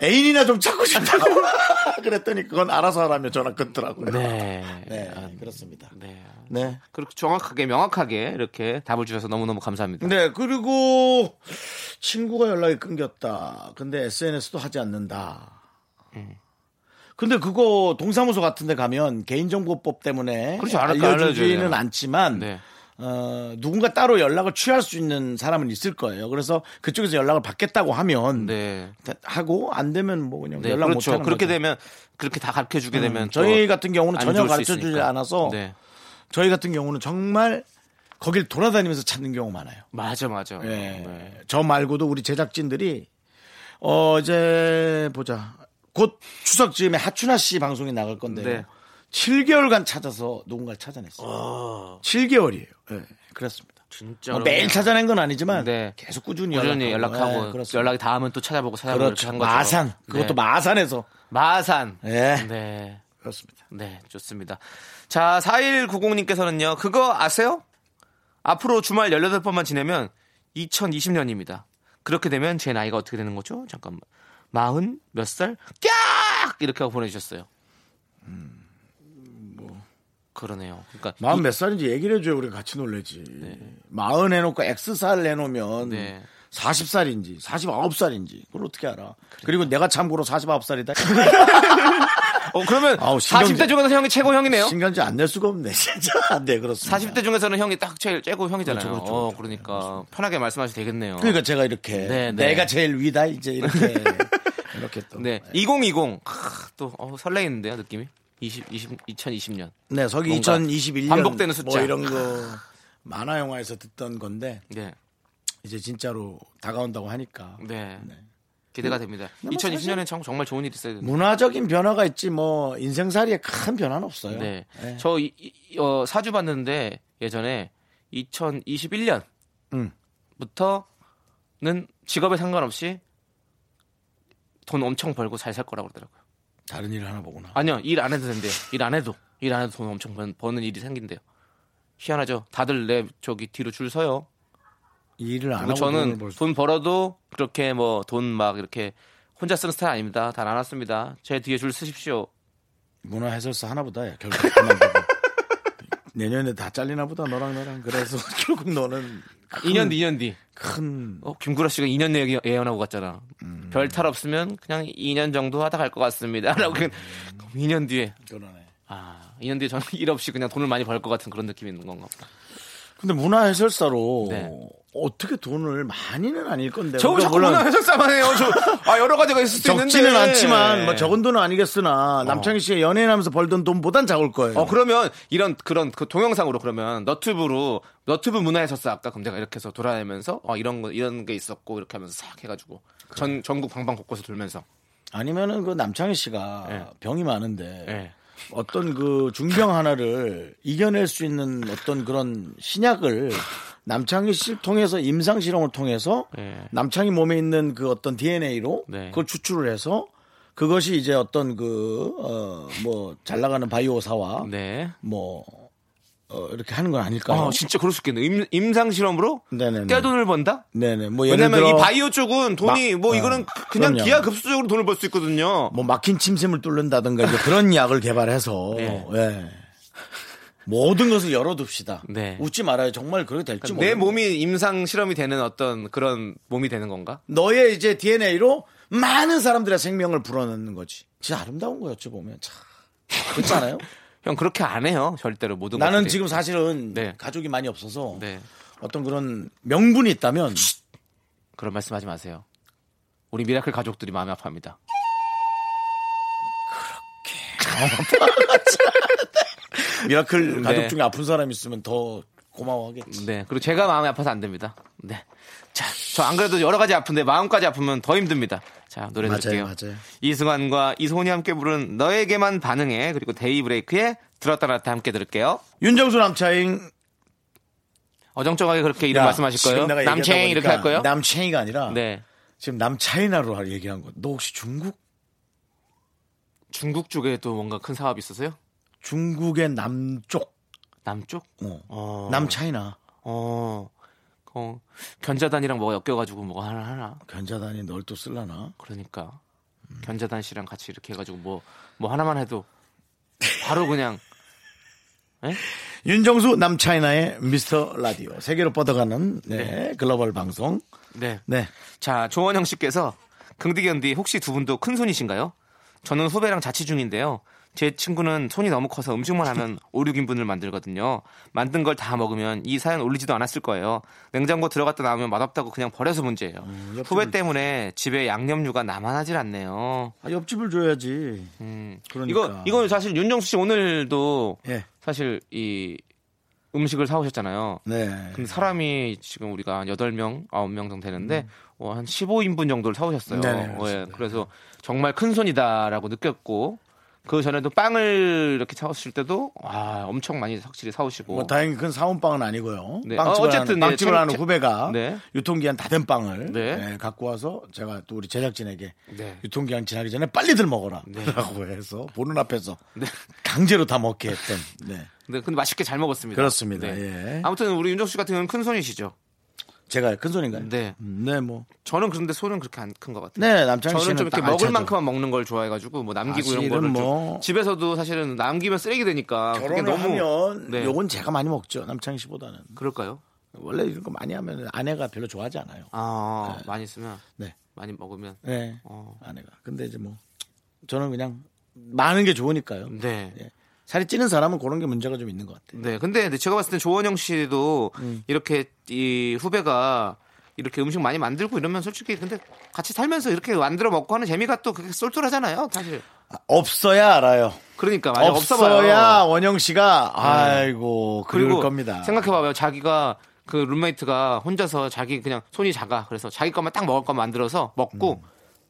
[SPEAKER 1] 애인이나 좀 찾고 싶다고 그랬더니 그건 알아서 하라며 전화 끊더라고요.
[SPEAKER 2] 네.
[SPEAKER 1] 네,
[SPEAKER 2] 아,
[SPEAKER 1] 그렇습니다.
[SPEAKER 2] 네.
[SPEAKER 1] 네.
[SPEAKER 2] 그렇게 정확하게 명확하게 이렇게 답을 주셔서 너무너무 감사합니다.
[SPEAKER 1] 네, 그리고 친구가 연락이 끊겼다. 근데 SNS도 하지 않는다. 근데 그거 동사무소 같은 데 가면 개인정보법 때문에
[SPEAKER 2] 그렇죠. 알아-
[SPEAKER 1] 알려주지는
[SPEAKER 2] 알려줘요.
[SPEAKER 1] 않지만
[SPEAKER 2] 네.
[SPEAKER 1] 어, 누군가 따로 연락을 취할 수 있는 사람은 있을 거예요. 그래서 그쪽에서 연락을 받겠다고 하면
[SPEAKER 2] 네.
[SPEAKER 1] 하고 안 되면 뭐 그냥
[SPEAKER 2] 네,
[SPEAKER 1] 연락
[SPEAKER 2] 그렇죠.
[SPEAKER 1] 못 하는
[SPEAKER 2] 그렇게
[SPEAKER 1] 거죠. 음,
[SPEAKER 2] 되면 그렇게 다 가르쳐 주게 되면
[SPEAKER 1] 저희
[SPEAKER 2] 또
[SPEAKER 1] 같은 경우는
[SPEAKER 2] 안
[SPEAKER 1] 전혀
[SPEAKER 2] 좋을 수
[SPEAKER 1] 가르쳐 주지
[SPEAKER 2] 있으니까.
[SPEAKER 1] 않아서
[SPEAKER 2] 네.
[SPEAKER 1] 저희 같은 경우는 정말 거길 돌아다니면서 찾는 경우 많아요.
[SPEAKER 2] 맞아 맞아.
[SPEAKER 1] 예.
[SPEAKER 2] 네.
[SPEAKER 1] 저 말고도 우리 제작진들이 어제 보자. 곧 추석쯤에 하춘아 씨 방송이 나갈 건데요.
[SPEAKER 2] 네.
[SPEAKER 1] 7개월간 찾아서 누군가를 찾아냈어요. 7개월이에요. 예. 그렇습니다.
[SPEAKER 2] 진짜
[SPEAKER 1] 뭐 매일 찾아낸 건 아니지만
[SPEAKER 2] 네.
[SPEAKER 1] 계속 꾸준히,
[SPEAKER 2] 꾸준히 연락하고,
[SPEAKER 1] 예, 그렇습니다.
[SPEAKER 2] 연락이 닿으면 또 찾아보고 찾아보고 이렇게
[SPEAKER 1] 그렇죠.
[SPEAKER 2] 한 거죠.
[SPEAKER 1] 마산. 그것도
[SPEAKER 2] 네.
[SPEAKER 1] 마산에서.
[SPEAKER 2] 마산.
[SPEAKER 1] 예.
[SPEAKER 2] 네.
[SPEAKER 1] 그렇습니다.
[SPEAKER 2] 네, 좋습니다. 자, 4190님께서는요, 그거 아세요? 앞으로 주말 18번만 지내면 2020년입니다. 그렇게 되면 제 나이가 어떻게 되는 거죠? 잠깐만. 마흔 몇 살? 깍! 이렇게 하고 보내주셨어요. 그러네요. 그러니까.
[SPEAKER 1] 음, 뭐. 마흔 몇 살인지 얘기를 해줘야 우리가 같이 놀래지. 마흔 해놓고 X살 해놓으면
[SPEAKER 2] 네.
[SPEAKER 1] 40살인지 49살인지 그걸 어떻게 알아. 그리고 내가 참고로 49살이다.
[SPEAKER 2] 어, 그러면
[SPEAKER 1] 아우, 신경질.
[SPEAKER 2] 40대 중에서 형이 최고 형이네요.
[SPEAKER 1] 신간지 안 낼 수가 없네. 진짜 네 그렇습니다.
[SPEAKER 2] 40대 중에서는 형이 딱 제일 최고 형이잖아요.
[SPEAKER 1] 그렇죠, 그렇죠,
[SPEAKER 2] 어, 그러니까 편하게 말씀하셔도 되겠네요.
[SPEAKER 1] 그러니까 제가 이렇게
[SPEAKER 2] 네, 네.
[SPEAKER 1] 내가 제일 위다 이제 이렇게 이렇게 또.
[SPEAKER 2] 네.
[SPEAKER 1] 네.
[SPEAKER 2] 2020. 크, 또 어, 설레이는데요, 느낌이. 20, 20, 2020년.
[SPEAKER 1] 저기
[SPEAKER 2] 뭔가
[SPEAKER 1] 네, 2021년
[SPEAKER 2] 반복되는 숫자.
[SPEAKER 1] 뭐 이런 거 만화 영화에서 듣던 건데
[SPEAKER 2] 네.
[SPEAKER 1] 이제 진짜로 다가온다고 하니까
[SPEAKER 2] 네.
[SPEAKER 1] 그
[SPEAKER 2] 기대가 됩니다.
[SPEAKER 1] 뭐
[SPEAKER 2] 2020년엔 정말 좋은 일이 있어야 되는데.
[SPEAKER 1] 문화적인 변화가 있지 뭐 인생살이에 큰 변화는 없어요.
[SPEAKER 2] 네.
[SPEAKER 1] 네.
[SPEAKER 2] 저 이, 이- 어, 사주 봤는데 예전에 2021년부터는
[SPEAKER 1] 음.
[SPEAKER 2] 직업에 상관없이 돈 엄청 벌고 잘 살 거라고 그러더라고요.
[SPEAKER 1] 다른 일을 하나 보구나.
[SPEAKER 2] 아니요. 일 안 해도 된대요. 일 안 해도. 일 안 해도 돈 엄청 번, 버는 일이 생긴대요. 희한하죠. 다들 내 저기 뒤로 줄 서요.
[SPEAKER 1] 일을 안
[SPEAKER 2] 그리고
[SPEAKER 1] 하고
[SPEAKER 2] 저는
[SPEAKER 1] 돈을 벌 수-
[SPEAKER 2] 돈 벌어도 그렇게 뭐 돈 막 이렇게 혼자 쓰는 스타일 아닙니다. 다 나눴습니다. 제 뒤에 줄 쓰십시오.
[SPEAKER 1] 문화 해설사 하나보다 야, 결국 그만두고. 내년에 다 잘리나 보다 너랑 나랑 그래서 결국 너는
[SPEAKER 2] 2년 뒤, 2년 뒤.
[SPEAKER 1] 큰
[SPEAKER 2] 어, 김구라 씨가 2년 얘기 예언하고 갔잖아. 별 탈 없으면 그냥 2년 정도 하다 갈 것 같습니다. 라고 그냥 2년 뒤에
[SPEAKER 1] 그러네.
[SPEAKER 2] 아, 2년 뒤에 저는 일 없이 그냥 돈을 많이 벌 것 같은 그런 느낌이 있는 건가 보다.
[SPEAKER 1] 근데 문화 해설사로
[SPEAKER 2] 네.
[SPEAKER 1] 어떻게 돈을 많이는 아닐 건데.
[SPEAKER 2] 저
[SPEAKER 1] 그러니까
[SPEAKER 2] 자꾸
[SPEAKER 1] 물론
[SPEAKER 2] 문화 해석사만 해요. 저, 아, 여러 가지가 있을 수 있는데. 예.
[SPEAKER 1] 적지는 않지만 뭐 적은 돈은 아니겠으나 남창희 씨가 연예인하면서 벌던 돈보단 작을 거예요.
[SPEAKER 2] 어, 그러면 이런 그런 그 동영상으로 그러면 너튜브로 너튜브 문화 해설사 아까 그럼 제가 이렇게 해서 돌아다니면서 어, 이런 거 이런 게 있었고 이렇게 하면서 싹 해가지고 전 전국 방방 곳곳에 돌면서
[SPEAKER 1] 아니면은 그 남창희 씨가 병이 많은데
[SPEAKER 2] 예.
[SPEAKER 1] 어떤 그 중병 하나를 이겨낼 수 있는 어떤 그런 신약을 남창희 씨를 통해서 임상 실험을 통해서
[SPEAKER 2] 네.
[SPEAKER 1] 남창희 몸에 있는 그 어떤 DNA로
[SPEAKER 2] 네.
[SPEAKER 1] 그걸 추출을 해서 그것이 이제 어떤 그어뭐잘 나가는 바이오사와
[SPEAKER 2] 네.
[SPEAKER 1] 뭐 어, 이렇게 하는 건 아닐까요?
[SPEAKER 2] 아 진짜 그럴 수 있겠네. 임, 임상 실험으로
[SPEAKER 1] 네네네.
[SPEAKER 2] 떼돈을 번다.
[SPEAKER 1] 네네. 뭐 예를
[SPEAKER 2] 왜냐면
[SPEAKER 1] 들어
[SPEAKER 2] 이 바이오 쪽은 돈이
[SPEAKER 1] 막- 어,
[SPEAKER 2] 뭐 이거는 그냥
[SPEAKER 1] 그럼요.
[SPEAKER 2] 기하급수적으로 돈을 벌 수 있거든요.
[SPEAKER 1] 뭐 막힌 침샘을 뚫는다든가 이제 그런 약을 개발해서
[SPEAKER 2] 네.
[SPEAKER 1] 예. 모든 것을 열어둡시다.
[SPEAKER 2] 네. 그러니까
[SPEAKER 1] 웃지 말아요. 정말 그렇게 될지 모르.
[SPEAKER 2] 내 몸이 임상 실험이 되는 어떤 그런 몸이 되는 건가?
[SPEAKER 1] 너의 이제 DNA로 많은 사람들의 생명을 불어넣는 거지. 진짜 아름다운 거였죠 보면 참 그렇지 않아요?
[SPEAKER 2] 형 그렇게 안 해요. 절대로 모든
[SPEAKER 1] 나는
[SPEAKER 2] 것들이.
[SPEAKER 1] 지금 사실은
[SPEAKER 2] 네.
[SPEAKER 1] 가족이 많이 없어서
[SPEAKER 2] 네.
[SPEAKER 1] 어떤 그런 명분이 있다면
[SPEAKER 2] 그런 말씀하지 마세요. 우리 미라클 가족들이 마음이 아파합니다.
[SPEAKER 1] 미라클 가족
[SPEAKER 2] 네.
[SPEAKER 1] 중에 아픈 사람 이 있으면 더 고마워하겠지.
[SPEAKER 2] 네. 그리고 제가 마음이 아파서 안 됩니다. 네. 자, 저 안 그래도 여러 가지 아픈데 마음까지 아프면 더 힘듭니다. 자, 노래
[SPEAKER 1] 맞아요,
[SPEAKER 2] 들을게요.
[SPEAKER 1] 맞아요.
[SPEAKER 2] 이승환과 이소은이 함께 부른 너에게만 반응해 그리고 데이브레이크의 들었다 놨다 함께 들을게요.
[SPEAKER 1] 윤정수 남차잉
[SPEAKER 2] 어정쩡하게 그렇게 이름
[SPEAKER 1] 야,
[SPEAKER 2] 말씀하실 거예요?
[SPEAKER 1] 지금 내가 얘기하다
[SPEAKER 2] 남채 이렇게
[SPEAKER 1] 보니까
[SPEAKER 2] 할 거예요?
[SPEAKER 1] 남챙이가 아니라
[SPEAKER 2] 네.
[SPEAKER 1] 지금 남차이나로 할- 얘기한 거. 너 혹시 중국?
[SPEAKER 2] 중국 쪽에 또 뭔가 큰 사업이 있으세요?
[SPEAKER 1] 중국의 남쪽.
[SPEAKER 2] 남쪽?
[SPEAKER 1] 어.
[SPEAKER 2] 어.
[SPEAKER 1] 남차이나.
[SPEAKER 2] 어. 어. 견자단이랑 뭐가 엮여가지고 뭐가 하나 하나.
[SPEAKER 1] 견자단이 그 널 또 쓸라나?
[SPEAKER 2] 그러니까
[SPEAKER 1] 음.
[SPEAKER 2] 견자단 씨랑 같이 이렇게 해가지고 뭐 뭐 하나만 해도 바로 그냥
[SPEAKER 1] 윤정수 남차이나의 미스터 라디오. 세계로 뻗어가는 네, 글로벌 방송.
[SPEAKER 2] 네.
[SPEAKER 1] 네.
[SPEAKER 2] 자 조원영 씨께서 긍디견디 혹시 두 분도 큰 손이신가요? 저는 후배랑 자취 중인데요. 제 친구는 손이 너무 커서 음식만 하면 5, 6인분을 만들거든요. 만든 걸 다 먹으면 이 사연 올리지도 않았을 거예요. 냉장고 들어갔다 나오면 맛없다고 그냥 버려서 문제예요.
[SPEAKER 1] 음,
[SPEAKER 2] 후배 때문에 집에 양념류가 남아나질 않네요.
[SPEAKER 1] 아, 옆집을 줘야지.
[SPEAKER 2] 음.
[SPEAKER 1] 그러니까.
[SPEAKER 2] 이거 이거 사실 윤정수 씨 오늘도
[SPEAKER 1] 예.
[SPEAKER 2] 사실 이 음식을 사오셨잖아요.
[SPEAKER 1] 네.
[SPEAKER 2] 근데 사람이 지금 우리가 한 8명, 9명 정도 되는데 어, 한 15인분 정도를 사오셨어요.
[SPEAKER 1] 음. 네네,
[SPEAKER 2] 어,
[SPEAKER 1] 그렇습니다.
[SPEAKER 2] 예, 그래서 정말 큰 손이다라고 느꼈고 그 전에도 빵을 이렇게 사오실 때도 아, 엄청 많이 확실히 사오시고
[SPEAKER 1] 뭐 다행히 큰 사온빵은 아니고요.
[SPEAKER 2] 네.
[SPEAKER 1] 빵집을
[SPEAKER 2] 아, 어쨌든,
[SPEAKER 1] 하는,
[SPEAKER 2] 네,
[SPEAKER 1] 빵집을
[SPEAKER 2] 참-
[SPEAKER 1] 하는
[SPEAKER 2] 참-
[SPEAKER 1] 후배가
[SPEAKER 2] 네.
[SPEAKER 1] 유통기한 다 된 빵을
[SPEAKER 2] 네.
[SPEAKER 1] 네, 갖고 와서 제가 또 우리 제작진에게
[SPEAKER 2] 네.
[SPEAKER 1] 유통기한 지나기 전에 빨리들 먹어라라고 해서 보는 앞에서 강제로 다 먹게 했던. 네.
[SPEAKER 2] 네, 근데 맛있게 잘 먹었습니다.
[SPEAKER 1] 그렇습니다.
[SPEAKER 2] 네.
[SPEAKER 1] 예.
[SPEAKER 2] 아무튼 우리 윤정 씨 같은 경우는 큰 손이시죠.
[SPEAKER 1] 제가 큰 손인가요?
[SPEAKER 2] 네.
[SPEAKER 1] 음, 네, 뭐.
[SPEAKER 2] 저는 그런데 손은 그렇게 안 큰 것 같아요.
[SPEAKER 1] 네, 남창희
[SPEAKER 2] 저는
[SPEAKER 1] 씨는
[SPEAKER 2] 좀 이렇게
[SPEAKER 1] 딱
[SPEAKER 2] 먹을
[SPEAKER 1] 알차죠.
[SPEAKER 2] 만큼만 먹는 걸 좋아해가지고 뭐 남기고 이런
[SPEAKER 1] 사실은
[SPEAKER 2] 거를
[SPEAKER 1] 뭐-
[SPEAKER 2] 좀 집에서도 사실은 남기면 쓰레기 되니까 그게
[SPEAKER 1] 결혼을 하면
[SPEAKER 2] 네.
[SPEAKER 1] 요건 제가 많이 먹죠. 남창희 씨보다는.
[SPEAKER 2] 그럴까요?
[SPEAKER 1] 원래 이런 거 많이 하면 아내가 별로 좋아하지 않아요.
[SPEAKER 2] 아 많이 쓰면
[SPEAKER 1] 네.
[SPEAKER 2] 많이 먹으면
[SPEAKER 1] 네.
[SPEAKER 2] 어.
[SPEAKER 1] 아내가. 근데 이제 뭐 저는 그냥 많은 게 좋으니까요.
[SPEAKER 2] 네.
[SPEAKER 1] 예. 살이 찌는 사람은 그런 게 문제가 좀 있는 것 같아요.
[SPEAKER 2] 네. 근데 근데 제가 봤을 때 조원영 씨도
[SPEAKER 1] 음.
[SPEAKER 2] 이렇게 이 후배가 이렇게 음식 많이 만들고 이러면 솔직히 근데 같이 살면서 이렇게 만들어 먹고 하는 재미가 또 그렇게 쏠쏠하잖아요, 사실.
[SPEAKER 1] 아, 없어야 알아요.
[SPEAKER 2] 그러니까 많이
[SPEAKER 1] 없어야
[SPEAKER 2] 없어봐요.
[SPEAKER 1] 원영 씨가 아이고 그리울
[SPEAKER 2] 그리고
[SPEAKER 1] 겁니다.
[SPEAKER 2] 생각해봐요, 자기가 그 룸메이트가 혼자서 자기 그냥 손이 작아 그래서 자기 것만 딱 먹을 것만 만들어서 먹고
[SPEAKER 1] 음.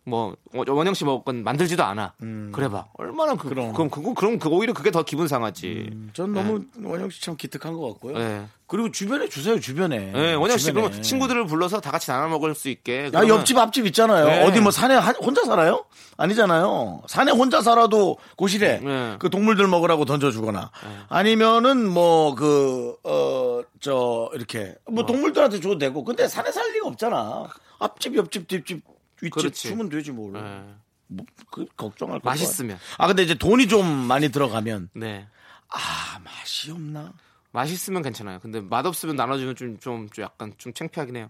[SPEAKER 2] 뭐 원- 원영 씨 먹을 건 만들지도 않아. 그래봐 얼마나 그,
[SPEAKER 1] 그럼. 음.
[SPEAKER 2] 그럼 그거 그럼 그 오히려 그게 더 기분 상하지.
[SPEAKER 1] 전 너무 원영 씨 참 기특한 것 같고요.
[SPEAKER 2] 네.
[SPEAKER 1] 그리고 주변에 주세요 주변에.
[SPEAKER 2] 예, 원영 씨
[SPEAKER 1] 주변에.
[SPEAKER 2] 그러면 친구들을 불러서 다 같이 나눠 먹을 수 있게.
[SPEAKER 1] 야
[SPEAKER 2] 그러면-
[SPEAKER 1] 옆집 앞집 있잖아요.
[SPEAKER 2] 네.
[SPEAKER 1] 어디 뭐 산에 한- 혼자 살아요? 아니잖아요. 산에 혼자 살아도 고실에
[SPEAKER 2] 네.
[SPEAKER 1] 그 동물들 먹으라고 던져주거나 아니면은 뭐 그 어 저 이렇게 뭐
[SPEAKER 2] 어.
[SPEAKER 1] 동물들한테 줘도 되고 근데 산에 살 리가 없잖아. 앞집 옆집 뒷집 윗집
[SPEAKER 2] 그렇지.
[SPEAKER 1] 주면 되지 뭘.
[SPEAKER 2] 예.
[SPEAKER 1] 뭐, 그 걱정할 거
[SPEAKER 2] 맛있으면.
[SPEAKER 1] 아 근데 이제 돈이 좀 많이 들어가면
[SPEAKER 2] 네.
[SPEAKER 1] 아 맛이 없나?
[SPEAKER 2] 맛있으면 괜찮아요. 근데 맛없으면 나눠주면 좀, 좀, 좀 약간 좀 창피하긴 해요.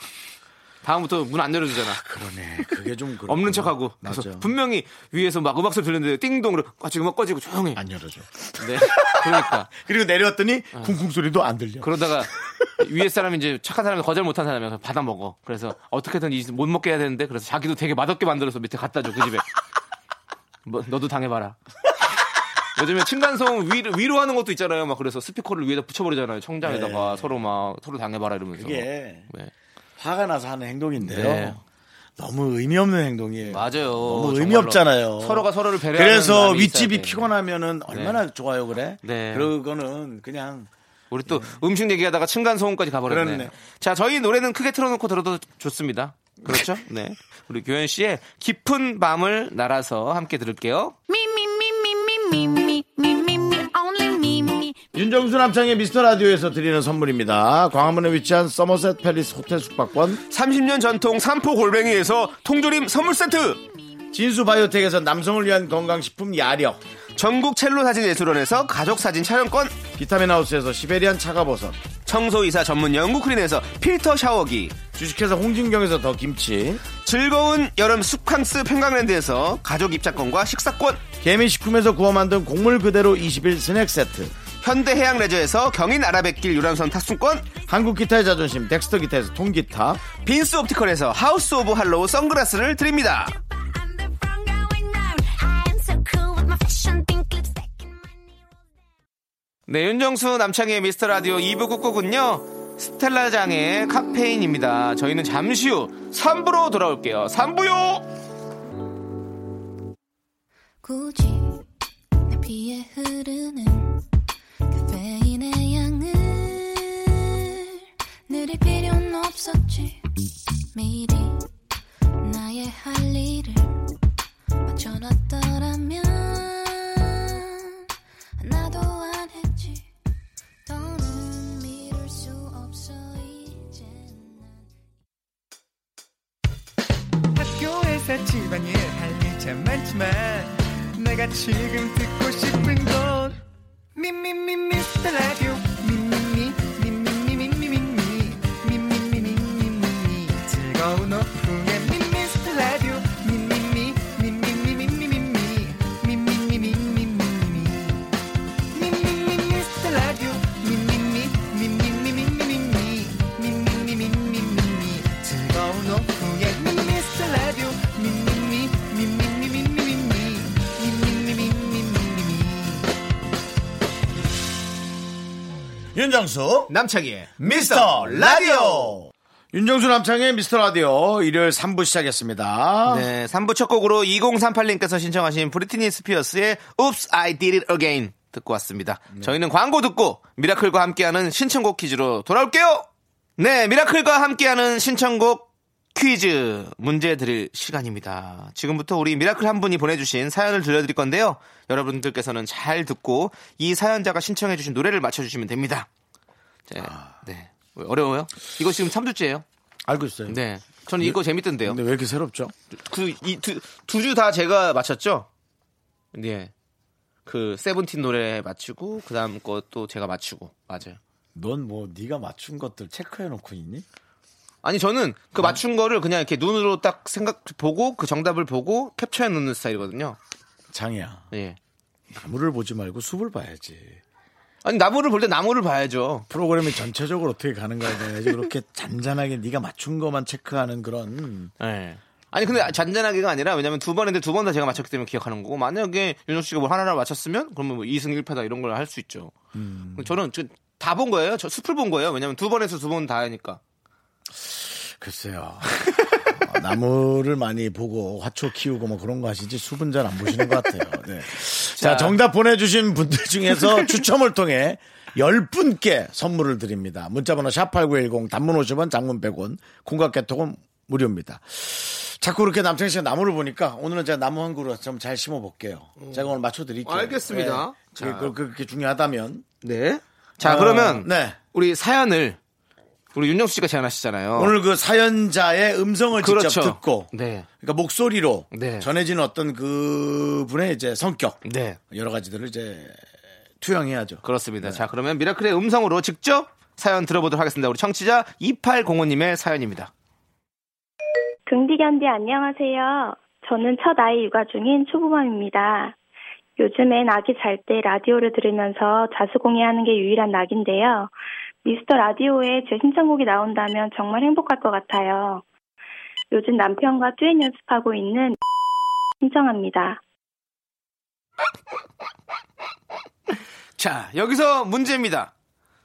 [SPEAKER 2] 다음부터 문 안 열어주잖아.
[SPEAKER 1] 그러네. 그게 좀 그렇구나.
[SPEAKER 2] 없는 척하고.
[SPEAKER 1] 맞아.
[SPEAKER 2] 그래서 분명히 위에서 막 음악 소리 들렸는데 띵동으로 아, 꺼지고 막 꺼지고 조용히.
[SPEAKER 1] 안 열어줘.
[SPEAKER 2] 네. 그러니까.
[SPEAKER 1] 그리고 내려왔더니 쿵쿵 소리도 안 들려.
[SPEAKER 2] 네. 그러다가 위에 사람이 이제 착한 사람이 거절 못한 사람이 받아 먹어. 그래서 어떻게든 이- 못 먹게 해야 되는데 그래서 자기도 되게 맛없게 만들어서 밑에 갖다 줘 그 집에. 뭐, 너도 당해봐라. 요즘에 층간소음 위로, 위로하는 것도 있잖아요. 막 그래서 스피커를 위에다 붙여버리잖아요. 청장에다가 서로 막 서로 당해봐라 이러면서.
[SPEAKER 1] 네. 그게
[SPEAKER 2] 네.
[SPEAKER 1] 화가 나서 하는 행동인데요.
[SPEAKER 2] 네.
[SPEAKER 1] 너무 의미 없는 행동이에요.
[SPEAKER 2] 맞아요.
[SPEAKER 1] 너무 의미
[SPEAKER 2] 정말로.
[SPEAKER 1] 없잖아요.
[SPEAKER 2] 서로가 서로를 배려하는
[SPEAKER 1] 그래서
[SPEAKER 2] 마음이
[SPEAKER 1] 윗집이 네.
[SPEAKER 2] 있어야 돼.
[SPEAKER 1] 피곤하면은 얼마나 좋아요, 그래?
[SPEAKER 2] 네.
[SPEAKER 1] 그거는 그냥
[SPEAKER 2] 우리 또 음식 얘기하다가 층간소음까지 가버렸네.
[SPEAKER 1] 그렇네.
[SPEAKER 2] 자, 저희 노래는 크게 틀어놓고 들어도 좋습니다. 그렇죠? 네. 우리 교현 씨의 깊은 밤을 날아서 함께 들을게요.
[SPEAKER 3] Me, me, me, me, me, me, me, me, me, me, only me, me.
[SPEAKER 1] 윤정수 남창의 미스터 라디오에서 드리는 선물입니다. 광화문에 위치한 서머셋 팰리스 호텔 숙박권,
[SPEAKER 2] 30년 전통 삼포 골뱅이에서 통조림 선물 세트.
[SPEAKER 1] 진수 바이오텍에서 남성을 위한 건강식품 야력,
[SPEAKER 2] 전국 첼로 사진 예술원에서 가족 사진 촬영권.
[SPEAKER 1] 비타민 하우스에서 시베리안 차가버섯,
[SPEAKER 2] 청소이사 전문 영국 크린에서 필터 샤워기.
[SPEAKER 1] 주식회사 홍진경에서 더 김치,
[SPEAKER 2] 즐거운 여름 숙캉스 평강랜드에서 가족 입장권과 식사권.
[SPEAKER 1] 개미식품에서 구워 만든 곡물 그대로 21 스낵 세트
[SPEAKER 4] 현대해양레저에서 경인아라뱃길 유람선 탑승권
[SPEAKER 1] 한국 기타의 자존심 덱스터 기타에서 통기타
[SPEAKER 4] 빈스 옵티컬에서 하우스 오브 할로우 선글라스를 드립니다
[SPEAKER 3] I'm the wrong going round. I am so cool with my fashion pink lipstick and my
[SPEAKER 2] 네, 윤정수 남창희의 미스터 라디오 2부 끝곡은요. 스텔라장의 카페인입니다. 저희는 잠시 후 3부로 돌아올게요. 3부요!
[SPEAKER 5] 굳이 내 피에 흐르는 카페인의 양을 느릴 필요는 없었지 미리 나의 할 일을 맞춰놨더라면 하나도 안 했지 더는 미룰 수 없어 이제 난
[SPEAKER 6] 학교에서 집안일 할 일 참 많지만 내가 지금 듣고 싶은 건 미미미 미스터 라디오 미미미 미미미 미미미 미미미 미미미 즐거운 오후에 미스터 라디오 미미미 미미미 미미미 미미미 미미미
[SPEAKER 1] 윤정수
[SPEAKER 4] 남창희의
[SPEAKER 1] 미스터 라디오 윤정수 남창의 미스터 라디오 일요일 3부 시작했습니다
[SPEAKER 2] 네, 3부 첫 곡으로 2038님께서 신청하신 브리트니 스피어스의 Oops, I Did It Again 듣고 왔습니다. 저희는 광고 듣고 미라클과 함께하는 신청곡 퀴즈로 돌아올게요. 네, 미라클과 함께하는 신청곡 퀴즈 문제 드릴 시간입니다. 지금부터 우리 미라클 한 분이 보내주신 사연을 들려드릴 건데요. 여러분들께서는 잘 듣고 이 사연자가 신청해주신 노래를 맞춰주시면 됩니다. 자, 네. 어려워요? 이거 지금 3주째예요.
[SPEAKER 1] 알고 있어요
[SPEAKER 2] 네. 저는 이거 재밌던데요.
[SPEAKER 1] 근데 왜 이렇게 새롭죠?
[SPEAKER 2] 그, 그이두주 다 제가 맞췄죠? 예. 그 세븐틴 노래 맞추고 그다음 것도 제가 맞추고 맞아요.
[SPEAKER 1] 넌 뭐 네가 맞춘 것들 체크해놓고 있니?
[SPEAKER 2] 아니 저는 그 맞춘 거를 그냥 이렇게 눈으로 딱 생각 보고 그 정답을 보고 캡처해 놓는 스타일이거든요.
[SPEAKER 1] 장이야
[SPEAKER 2] 예.
[SPEAKER 1] 나무를 보지 말고 숲을 봐야지
[SPEAKER 2] 아니 나무를 볼 때 나무를 봐야죠.
[SPEAKER 1] 프로그램이 전체적으로 어떻게 가는가에 대해서 그렇게 잔잔하게 네가 맞춘 것만 체크하는 그런
[SPEAKER 2] 예. 아니 근데 잔잔하게가 아니라 왜냐면 두 번인데 두 번 다 제가 맞췄기 때문에 기억하는 거고 만약에 윤호 씨가 뭘 하나를 맞췄으면 그러면 뭐 2승 1패다 이런 걸 할 수 있죠. 저는 다 본 거예요. 저 숲을 본 거예요. 왜냐면 두 번에서 두 번 다니까.
[SPEAKER 1] 글쎄요 어, 나무를 많이 보고 화초 키우고 뭐 그런 거 하시지 숲은 잘 안 보시는 것 같아요 네. 자 정답 보내주신 분들 중에서 추첨을 통해 10분께 선물을 드립니다 문자번호 샵8910 단문 50원 장문 100원 공각개통은 무료입니다 자꾸 그렇게 남창희 씨가 나무를 보니까 오늘은 제가 나무 한 그루 좀 잘 심어볼게요 제가 오늘 맞춰드릴게요
[SPEAKER 2] 음. 알겠습니다.
[SPEAKER 1] 네. 그게 그- 그렇게 중요하다면
[SPEAKER 2] 네. 자,
[SPEAKER 1] 어,
[SPEAKER 2] 그러면
[SPEAKER 1] 네.
[SPEAKER 2] 우리 사연을 우리 윤정수 씨가 제안하시잖아요.
[SPEAKER 1] 오늘 그 사연자의 음성을
[SPEAKER 2] 어. 그렇죠.
[SPEAKER 1] 직접 듣고
[SPEAKER 2] 네.
[SPEAKER 1] 그러니까 목소리로
[SPEAKER 2] 네.
[SPEAKER 1] 전해진 어떤 그 분의 이제 성격
[SPEAKER 2] 네.
[SPEAKER 1] 여러 가지들을 이제 투영해야죠.
[SPEAKER 2] 그렇습니다.
[SPEAKER 1] 네.
[SPEAKER 2] 자, 그러면 미라클의 음성으로 직접 사연 들어보도록 하겠습니다. 우리 청취자 2805님의 사연입니다.
[SPEAKER 7] 금디견디 안녕하세요. 저는 첫 아이 육아 중인 초보맘입니다. 요즘엔 아기 잘 때 라디오를 들으면서 자수공예하는 게 유일한 낙인데요. 미스터 라디오에 제 신청곡이 나온다면 정말 행복할 것 같아요. 요즘 남편과 듀엣 연습하고 있는 신청합니다.
[SPEAKER 2] 자, 여기서 문제입니다.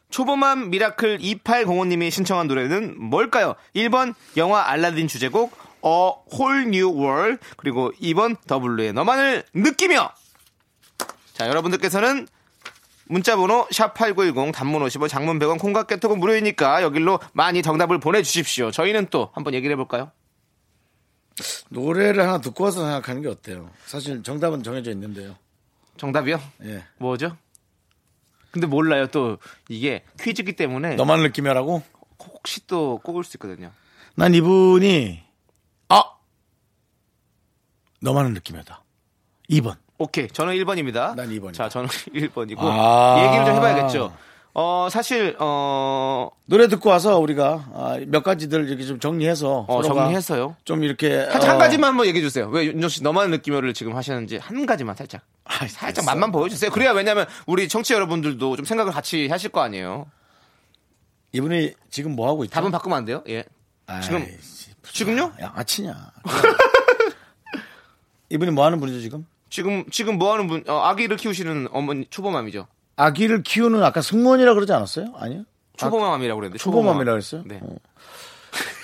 [SPEAKER 2] 초보맘 미라클 2805님이 신청한 노래는 뭘까요? 1번 영화 알라딘 주제곡 A Whole New World 그리고 2번 더블루의 너만을 느끼며 자 여러분들께서는 문자번호 샵8910 단문 50원 장문 100원 콩각 개톡은 무료이니까 여기로 많이 정답을 보내주십시오. 저희는 또 한번 얘기를 해볼까요?
[SPEAKER 1] 노래를 하나 듣고 와서 생각하는 게 어때요? 사실 정답은 정해져 있는데요.
[SPEAKER 2] 정답이요?
[SPEAKER 1] 예.
[SPEAKER 2] 뭐죠? 근데 몰라요 또 이게 퀴즈기 때문에
[SPEAKER 1] 너만 느끼며라고?
[SPEAKER 2] 혹시 또 꼽을 수 있거든요.
[SPEAKER 1] 난 이분이 아 너만을 느끼며다. 2번.
[SPEAKER 2] 오케이. 저는 1번입니다.
[SPEAKER 1] 난 2번이다.
[SPEAKER 2] 자, 저는 1번이고.
[SPEAKER 1] 아.
[SPEAKER 2] 얘기를 좀 해봐야겠죠. 어, 사실, 어,
[SPEAKER 1] 노래 듣고 와서 우리가 아, 몇 가지들 이렇게 좀 정리해서
[SPEAKER 2] 어,
[SPEAKER 1] 서로가
[SPEAKER 2] 정리했어요.
[SPEAKER 1] 좀 이렇게
[SPEAKER 2] 한,
[SPEAKER 1] 어,
[SPEAKER 2] 한 가지만 한번 얘기해 주세요. 왜 윤정 씨 너만 느낌을 지금 하시는지 한 가지만 살짝.
[SPEAKER 1] 아,
[SPEAKER 2] 살짝 맛만 보여주세요. 그래야 왜냐면 우리 청취 자 여러분들도 좀 생각을 같이 하실 거 아니에요.
[SPEAKER 1] 이분이 지금 뭐 하고 있죠?
[SPEAKER 2] 답은 바꾸면 안 돼요? 예. 지금-
[SPEAKER 1] 아이씨,
[SPEAKER 2] 지금요?
[SPEAKER 1] 야 아치냐? 이분이 뭐 하는 분이죠 지금?
[SPEAKER 2] 지금, 지금 뭐 하는 분, 어, 아기를 키우시는 어머니, 초보맘이죠.
[SPEAKER 1] 아기를 키우는 아까 승무원이라 그러지 않았어요? 아니요?
[SPEAKER 2] 초보맘이라고 그랬는데.
[SPEAKER 1] 초보맘이라 그랬어요?
[SPEAKER 2] 네.
[SPEAKER 1] 어.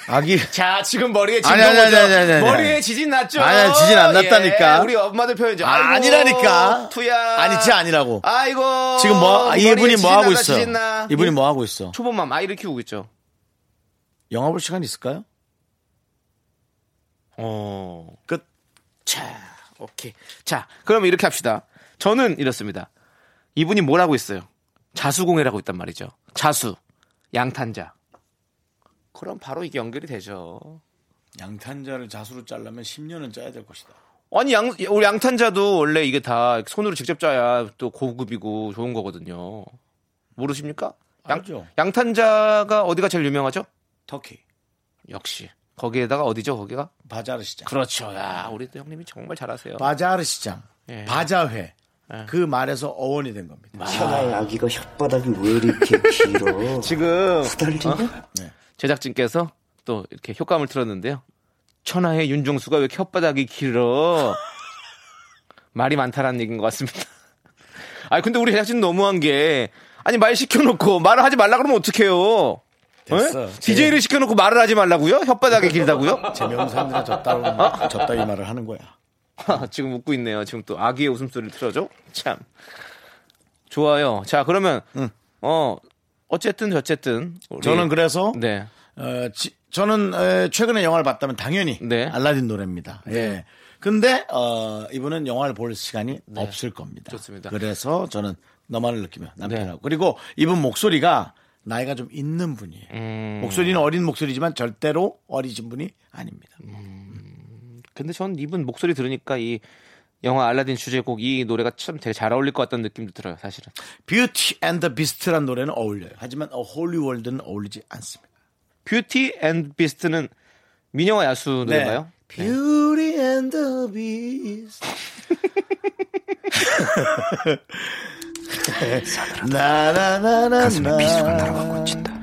[SPEAKER 1] 아기
[SPEAKER 2] 자, 지금 머리에 지진
[SPEAKER 1] 아니, 아니,
[SPEAKER 2] 오죠?
[SPEAKER 1] 아니, 아니, 아니,
[SPEAKER 2] 머리에
[SPEAKER 1] 아니.
[SPEAKER 2] 지진 났죠? 예,
[SPEAKER 1] 아니, 아니, 지진 안 났다니까.
[SPEAKER 2] 우리 엄마들 표현이죠.
[SPEAKER 1] 아,
[SPEAKER 2] 아이고,
[SPEAKER 1] 아니라니까.
[SPEAKER 2] 투야.
[SPEAKER 1] 아니, 지 아니라고.
[SPEAKER 2] 아이고.
[SPEAKER 1] 지금 뭐 아,
[SPEAKER 2] 머리에
[SPEAKER 1] 이분이
[SPEAKER 2] 지진
[SPEAKER 1] 뭐 하고
[SPEAKER 2] 났다,
[SPEAKER 1] 있어?
[SPEAKER 2] 지진 나. 예?
[SPEAKER 1] 이분이 뭐 하고 있어?
[SPEAKER 2] 초보맘 아이를 키우고 있죠.
[SPEAKER 1] 영화 볼 시간 있을까요?
[SPEAKER 2] 어.
[SPEAKER 1] 끝.
[SPEAKER 2] 자, 오케이. 자, 그럼 이렇게 합시다. 저는 이렇습니다. 이분이 뭘 하고 있어요? 자수공예라고 있단 말이죠. 자수, 양탄자. 그럼 바로 이게 연결이 되죠.
[SPEAKER 1] 양탄자를 자수로 잘라면 10년은 짜야 될 것이다.
[SPEAKER 2] 아니 양 우리 양탄자도 원래 이게 다 손으로 직접 짜야 또 고급이고 좋은 거거든요. 모르십니까? 양,
[SPEAKER 1] 알죠.
[SPEAKER 2] 양탄자가 어디가 제일 유명하죠?
[SPEAKER 1] 터키
[SPEAKER 2] 역시 거기에다가 어디죠? 거기가?
[SPEAKER 1] 바자르 시장.
[SPEAKER 2] 그렇죠. 야, 우리 또 형님이 정말 잘하세요.
[SPEAKER 1] 바자르 시장.
[SPEAKER 2] 예.
[SPEAKER 1] 바자회. 그 말에서 어원이 된 겁니다.
[SPEAKER 8] 천하의 아기가 혓바닥이 왜 이렇게 길어?
[SPEAKER 2] 지금
[SPEAKER 8] 후달리냐?
[SPEAKER 2] 제작진께서 또 이렇게 효과음을 틀었는데요. 천하의 윤종수가 왜 혓바닥이 길어? 말이 많다라는 얘기인 것 같습니다. 아니, 근데 우리 제작진 너무한 게, 아니, 말 시켜놓고 말을 하지 말라 그러면 어떡해요?
[SPEAKER 1] 됐어.
[SPEAKER 2] DJ를 시켜놓고 말을 하지 말라고요? 혓바닥이 길다고요?
[SPEAKER 1] 재미없는 사람들이 졌다고 졌다 이 말을 하는 거야.
[SPEAKER 2] 아, 지금 웃고 있네요. 지금 또 아기의 웃음소리를 틀어줘? 참. 좋아요. 자, 그러면, 어, 어쨌든, 저쨌든. 우리-
[SPEAKER 1] 저는 그래서
[SPEAKER 2] 네.
[SPEAKER 1] 어, 지- 저는 에, 최근에 영화를 봤다면 당연히
[SPEAKER 2] 네.
[SPEAKER 1] 알라딘 노래입니다. 예. 근데 어, 이분은 영화를 볼 시간이 없을 겁니다.
[SPEAKER 2] 네. 좋습니다.
[SPEAKER 1] 그래서 저는 너만을 느끼며 남편하고
[SPEAKER 2] 네.
[SPEAKER 1] 그리고 이분 목소리가 나이가 좀 있는 분이에요.
[SPEAKER 2] 음.
[SPEAKER 1] 목소리는 어린 목소리지만 절대로 어리신 분이 아닙니다.
[SPEAKER 2] 음. 근데 전 이분 목소리 들으니까 이 영화 알라딘 주제곡 이 노래가 참 되게 잘 어울릴 것 같다는 느낌도 들어요, 사실은.
[SPEAKER 1] 뷰티 앤더 비스트란 노래는 어울려요. 하지만 홀리월드는 어울리지 않습니다.
[SPEAKER 2] 뷰티 앤 비스트는 민영화 야수 노래인가요? 네.
[SPEAKER 1] 뷰티 앤더 비스트. 나나나나 아,
[SPEAKER 8] 가슴에 비수가 날아가 꽂힌다.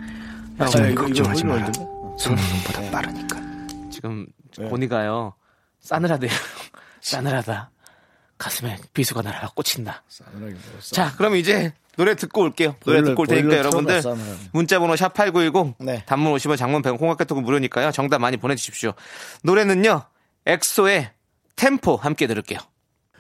[SPEAKER 8] 하지만 걱정하지 마라. 손흥민보다 빠르니까.
[SPEAKER 2] 지금
[SPEAKER 1] 네.
[SPEAKER 2] 보니까요. 싸늘하대요. 싸늘하다. 가슴에 비수가 날아가 꽂힌다. 자, 그럼 이제 노래 듣고 올게요. 노래
[SPEAKER 1] 보일러,
[SPEAKER 2] 듣고 올 테니까
[SPEAKER 1] 보일러
[SPEAKER 2] 여러분들
[SPEAKER 1] 틀어놨어, 하늘은.
[SPEAKER 2] 문자번호 샵 #8910
[SPEAKER 1] 네.
[SPEAKER 2] 단문 50원, 장문 100원, 콩깍개톡은 무료니까요. 정답 많이 보내주십시오. 노래는요, 엑소의 템포 함께 들을게요.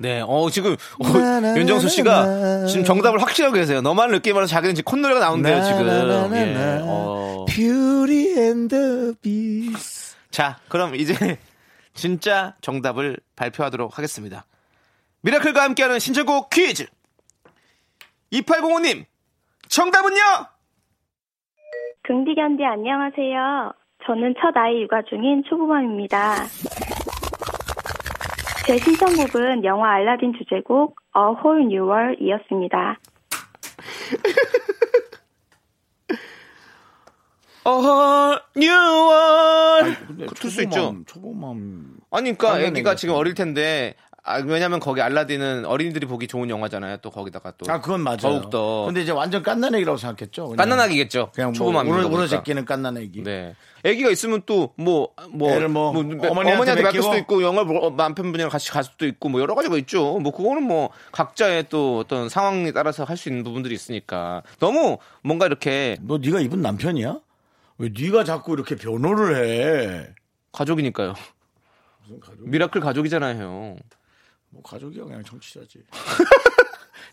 [SPEAKER 2] 네, 어 지금 어, 윤정수 씨가 지금 정답을 확실하게 계세요. 너만 느낌으로 자기는 지금 콧노래가 나온대요 지금.
[SPEAKER 1] 네.
[SPEAKER 2] 예, 어.
[SPEAKER 1] 뷰티 앤더 비스트.
[SPEAKER 2] 자, 그럼 이제 진짜 정답을 발표하도록 하겠습니다. 미라클과 함께하는 신청곡 퀴즈! 2805님, 정답은요?
[SPEAKER 7] 긍디견디 안녕하세요. 저는 첫 아이 육아 중인 초보맘입니다. 제 신청곡은 영화 알라딘 주제곡 A Whole New World이었습니다.
[SPEAKER 2] 어헐, 뉴월! 그럴 수 있죠.
[SPEAKER 1] 초보맘.
[SPEAKER 2] 아니, 그니까
[SPEAKER 1] 당연히
[SPEAKER 2] 애기가
[SPEAKER 1] 그렇죠.
[SPEAKER 2] 지금 어릴 텐데, 아, 왜냐면 거기 알라딘은 어린이들이 보기 좋은 영화잖아요. 또 거기다가 또.
[SPEAKER 1] 아, 그건 맞아요.
[SPEAKER 2] 더욱더.
[SPEAKER 1] 근데 이제 완전 깐난 애기라고 생각했죠. 그냥.
[SPEAKER 2] 깐난아기겠죠.
[SPEAKER 1] 그냥 뭐
[SPEAKER 2] 초보맘이다
[SPEAKER 1] 우러,
[SPEAKER 2] 보니까.
[SPEAKER 1] 우러제끼는 깐난 애기.
[SPEAKER 2] 네. 애기가 있으면 또, 뭐, 뭐,
[SPEAKER 1] 애를 뭐 어머니한테
[SPEAKER 2] 어머니한테 맡길
[SPEAKER 1] 맡기고.
[SPEAKER 2] 수도 있고, 영화 어, 남편분이랑 같이 갈 수도 있고, 뭐, 여러 가지가 있죠. 뭐, 그거는 뭐, 각자의 또 어떤 상황에 따라서 할 수 있는 부분들이 있으니까. 너무 뭔가 이렇게
[SPEAKER 1] 너 네가 이분 남편이야? 왜 네가 자꾸 이렇게 변호를 해?
[SPEAKER 2] 가족이니까요.
[SPEAKER 1] 무슨 가족?
[SPEAKER 2] 미라클 가족이잖아요, 형.
[SPEAKER 1] 뭐 가족이야 그냥 정치자지.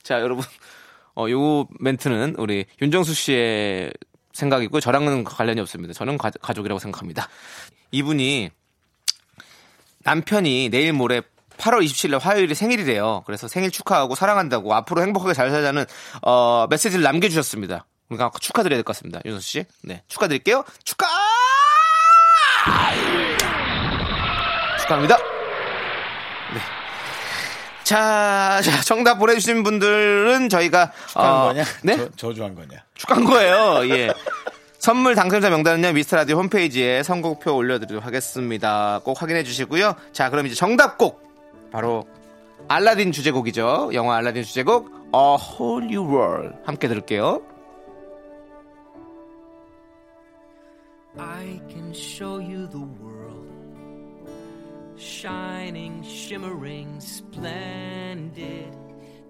[SPEAKER 2] 자, 여러분. 어, 요 멘트는 우리 윤정수 씨의 생각이고 저랑은 관련이 없습니다. 저는 가, 족이라고 생각합니다. 이분이 남편이 내일 모레 8월 27일 날 화요일이 생일이래요. 그래서 생일 축하하고 사랑한다고 앞으로 행복하게 잘 살자는 어, 메시지를 남겨주셨습니다. 그러니까 축하드려야 될 것 같습니다. 윤정수 씨. 네. 축하드릴게요. 축하! 축하합니다. 네. 자, 자, 정답 보내주신 분들은 저희가
[SPEAKER 1] 축하한
[SPEAKER 2] 어,
[SPEAKER 1] 거냐?
[SPEAKER 2] 네,
[SPEAKER 1] 저, 저주한 거냐?
[SPEAKER 2] 축한 거예요. 예. 선물 당첨자 명단은요 미스터 라디오 홈페이지에 선곡표 올려드리도록 하겠습니다. 꼭 확인해 주시고요. 자, 그럼 이제 정답 곡 바로 알라딘 주제곡이죠. 영화 알라딘 주제곡 A Whole New World 함께 들을게요.
[SPEAKER 6] I can show you the world shining, shimmering, splendid.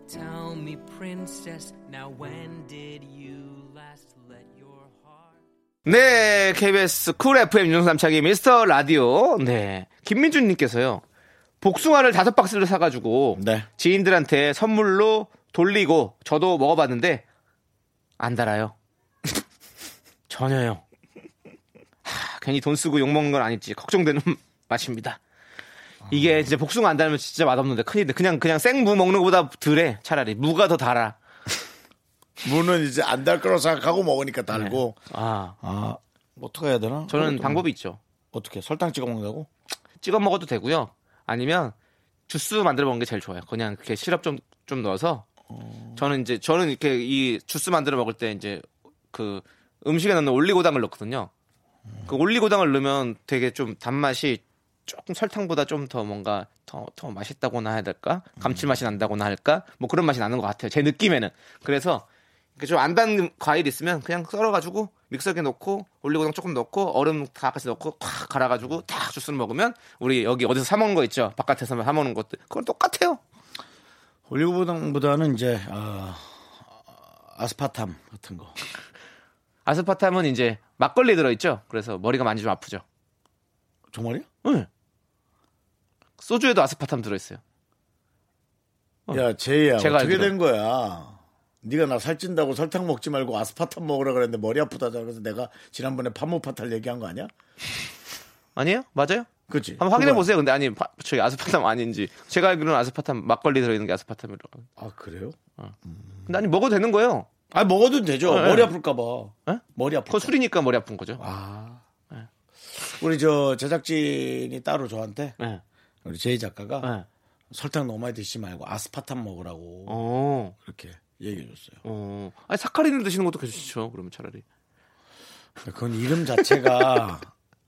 [SPEAKER 6] Tell me, princess, now when did you last let your heart?
[SPEAKER 2] 네, KBS 쿨 FM 윤정수 남창희 미스터 라디오. 네, 김민준님께서요. 복숭아를 다섯 박스를 사가지고
[SPEAKER 1] 네.
[SPEAKER 2] 지인들한테 선물로 돌리고 저도 먹어봤는데 안 달아요. 전혀요. 하, 괜히 돈 쓰고 욕 먹는 건 아닐지 걱정되는 맛입니다. 이게 진짜 복숭아 안 달면 진짜 맛없는데 큰일인데 그냥 그냥 생무 먹는 것보다 덜해 차라리 무가 더 달아.
[SPEAKER 1] 무는 이제 안 달 거라고 생각하고 먹으니까 달고.
[SPEAKER 2] 아
[SPEAKER 1] 아, 어떻게 해야 되나?
[SPEAKER 2] 저는
[SPEAKER 1] 그래도
[SPEAKER 2] 방법이 있죠.
[SPEAKER 1] 어떻게 설탕 찍어 먹는다고?
[SPEAKER 2] 찍어 먹어도 되고요. 아니면 주스 만들어 먹는 게 제일 좋아요. 그냥 그렇게 시럽 좀 좀 넣어서 저는 이제 저는 이렇게 이 주스 만들어 먹을 때 이제 그 음식에 넣는 올리고당을 넣거든요. 그 올리고당을 넣으면 되게 좀 단맛이 조금 설탕보다 좀 더 뭔가 더 더 맛있다고나 해야 될까? 감칠맛이 난다고나 할까? 뭐 그런 맛이 나는 것 같아요. 제 느낌에는. 그래서 좀안 단 과일 있으면 그냥 썰어가지고 믹서기에 넣고 올리고당 조금 넣고 얼음 다 같이 넣고 콱 갈아가지고 딱 주스를 먹으면 우리 여기 어디서 사 먹는 거 있죠? 바깥에서 사 먹는 것들 그건 똑같아요.
[SPEAKER 1] 올리고당보다는 이제 아, 아스파탐 같은 거.
[SPEAKER 2] 아스파탐은 이제 막걸리 들어있죠. 그래서 머리가 많이 좀 아프죠.
[SPEAKER 1] 정말이야?
[SPEAKER 2] 응. 소주에도 아스파탐 들어있어요.
[SPEAKER 1] 야, 제이야.
[SPEAKER 2] 제가
[SPEAKER 1] 어떻게
[SPEAKER 2] 알기로.
[SPEAKER 1] 된 거야? 네가 나 살찐다고 설탕 먹지 말고 아스파탐 먹으라 그랬는데 머리 아프다잖아. 그래서 내가 지난번에 파모파탈 얘기한 거 아니야?
[SPEAKER 2] 아니에요? 맞아요?
[SPEAKER 1] 그치?
[SPEAKER 2] 한번 확인해 보세요. 근데 아니 파- 저기 아스파탐 아닌지 제가 알기로는 아스파탐 막걸리 들어있는 게 아스파탐이로.
[SPEAKER 1] 아, 그래요?
[SPEAKER 2] 근데 아니 먹어도 되는 거예요.
[SPEAKER 1] 아, 먹어도 되죠.
[SPEAKER 2] 네.
[SPEAKER 1] 머리 아플까봐.
[SPEAKER 2] 네?
[SPEAKER 1] 머리 아플까
[SPEAKER 2] 그건 술이니까 네. 머리 아픈 거죠.
[SPEAKER 1] 우리 저 제작진이 따로 저한테
[SPEAKER 2] 네.
[SPEAKER 1] 우리 제이 작가가
[SPEAKER 2] 네.
[SPEAKER 1] 설탕 너무 많이 드시지 말고 아스파탐 먹으라고
[SPEAKER 2] 어.
[SPEAKER 1] 그렇게 얘기해 줬어요.
[SPEAKER 2] 어, 아니 사카린을 드시는 것도 괜찮죠. 그러면 차라리.
[SPEAKER 1] 그건 이름 자체가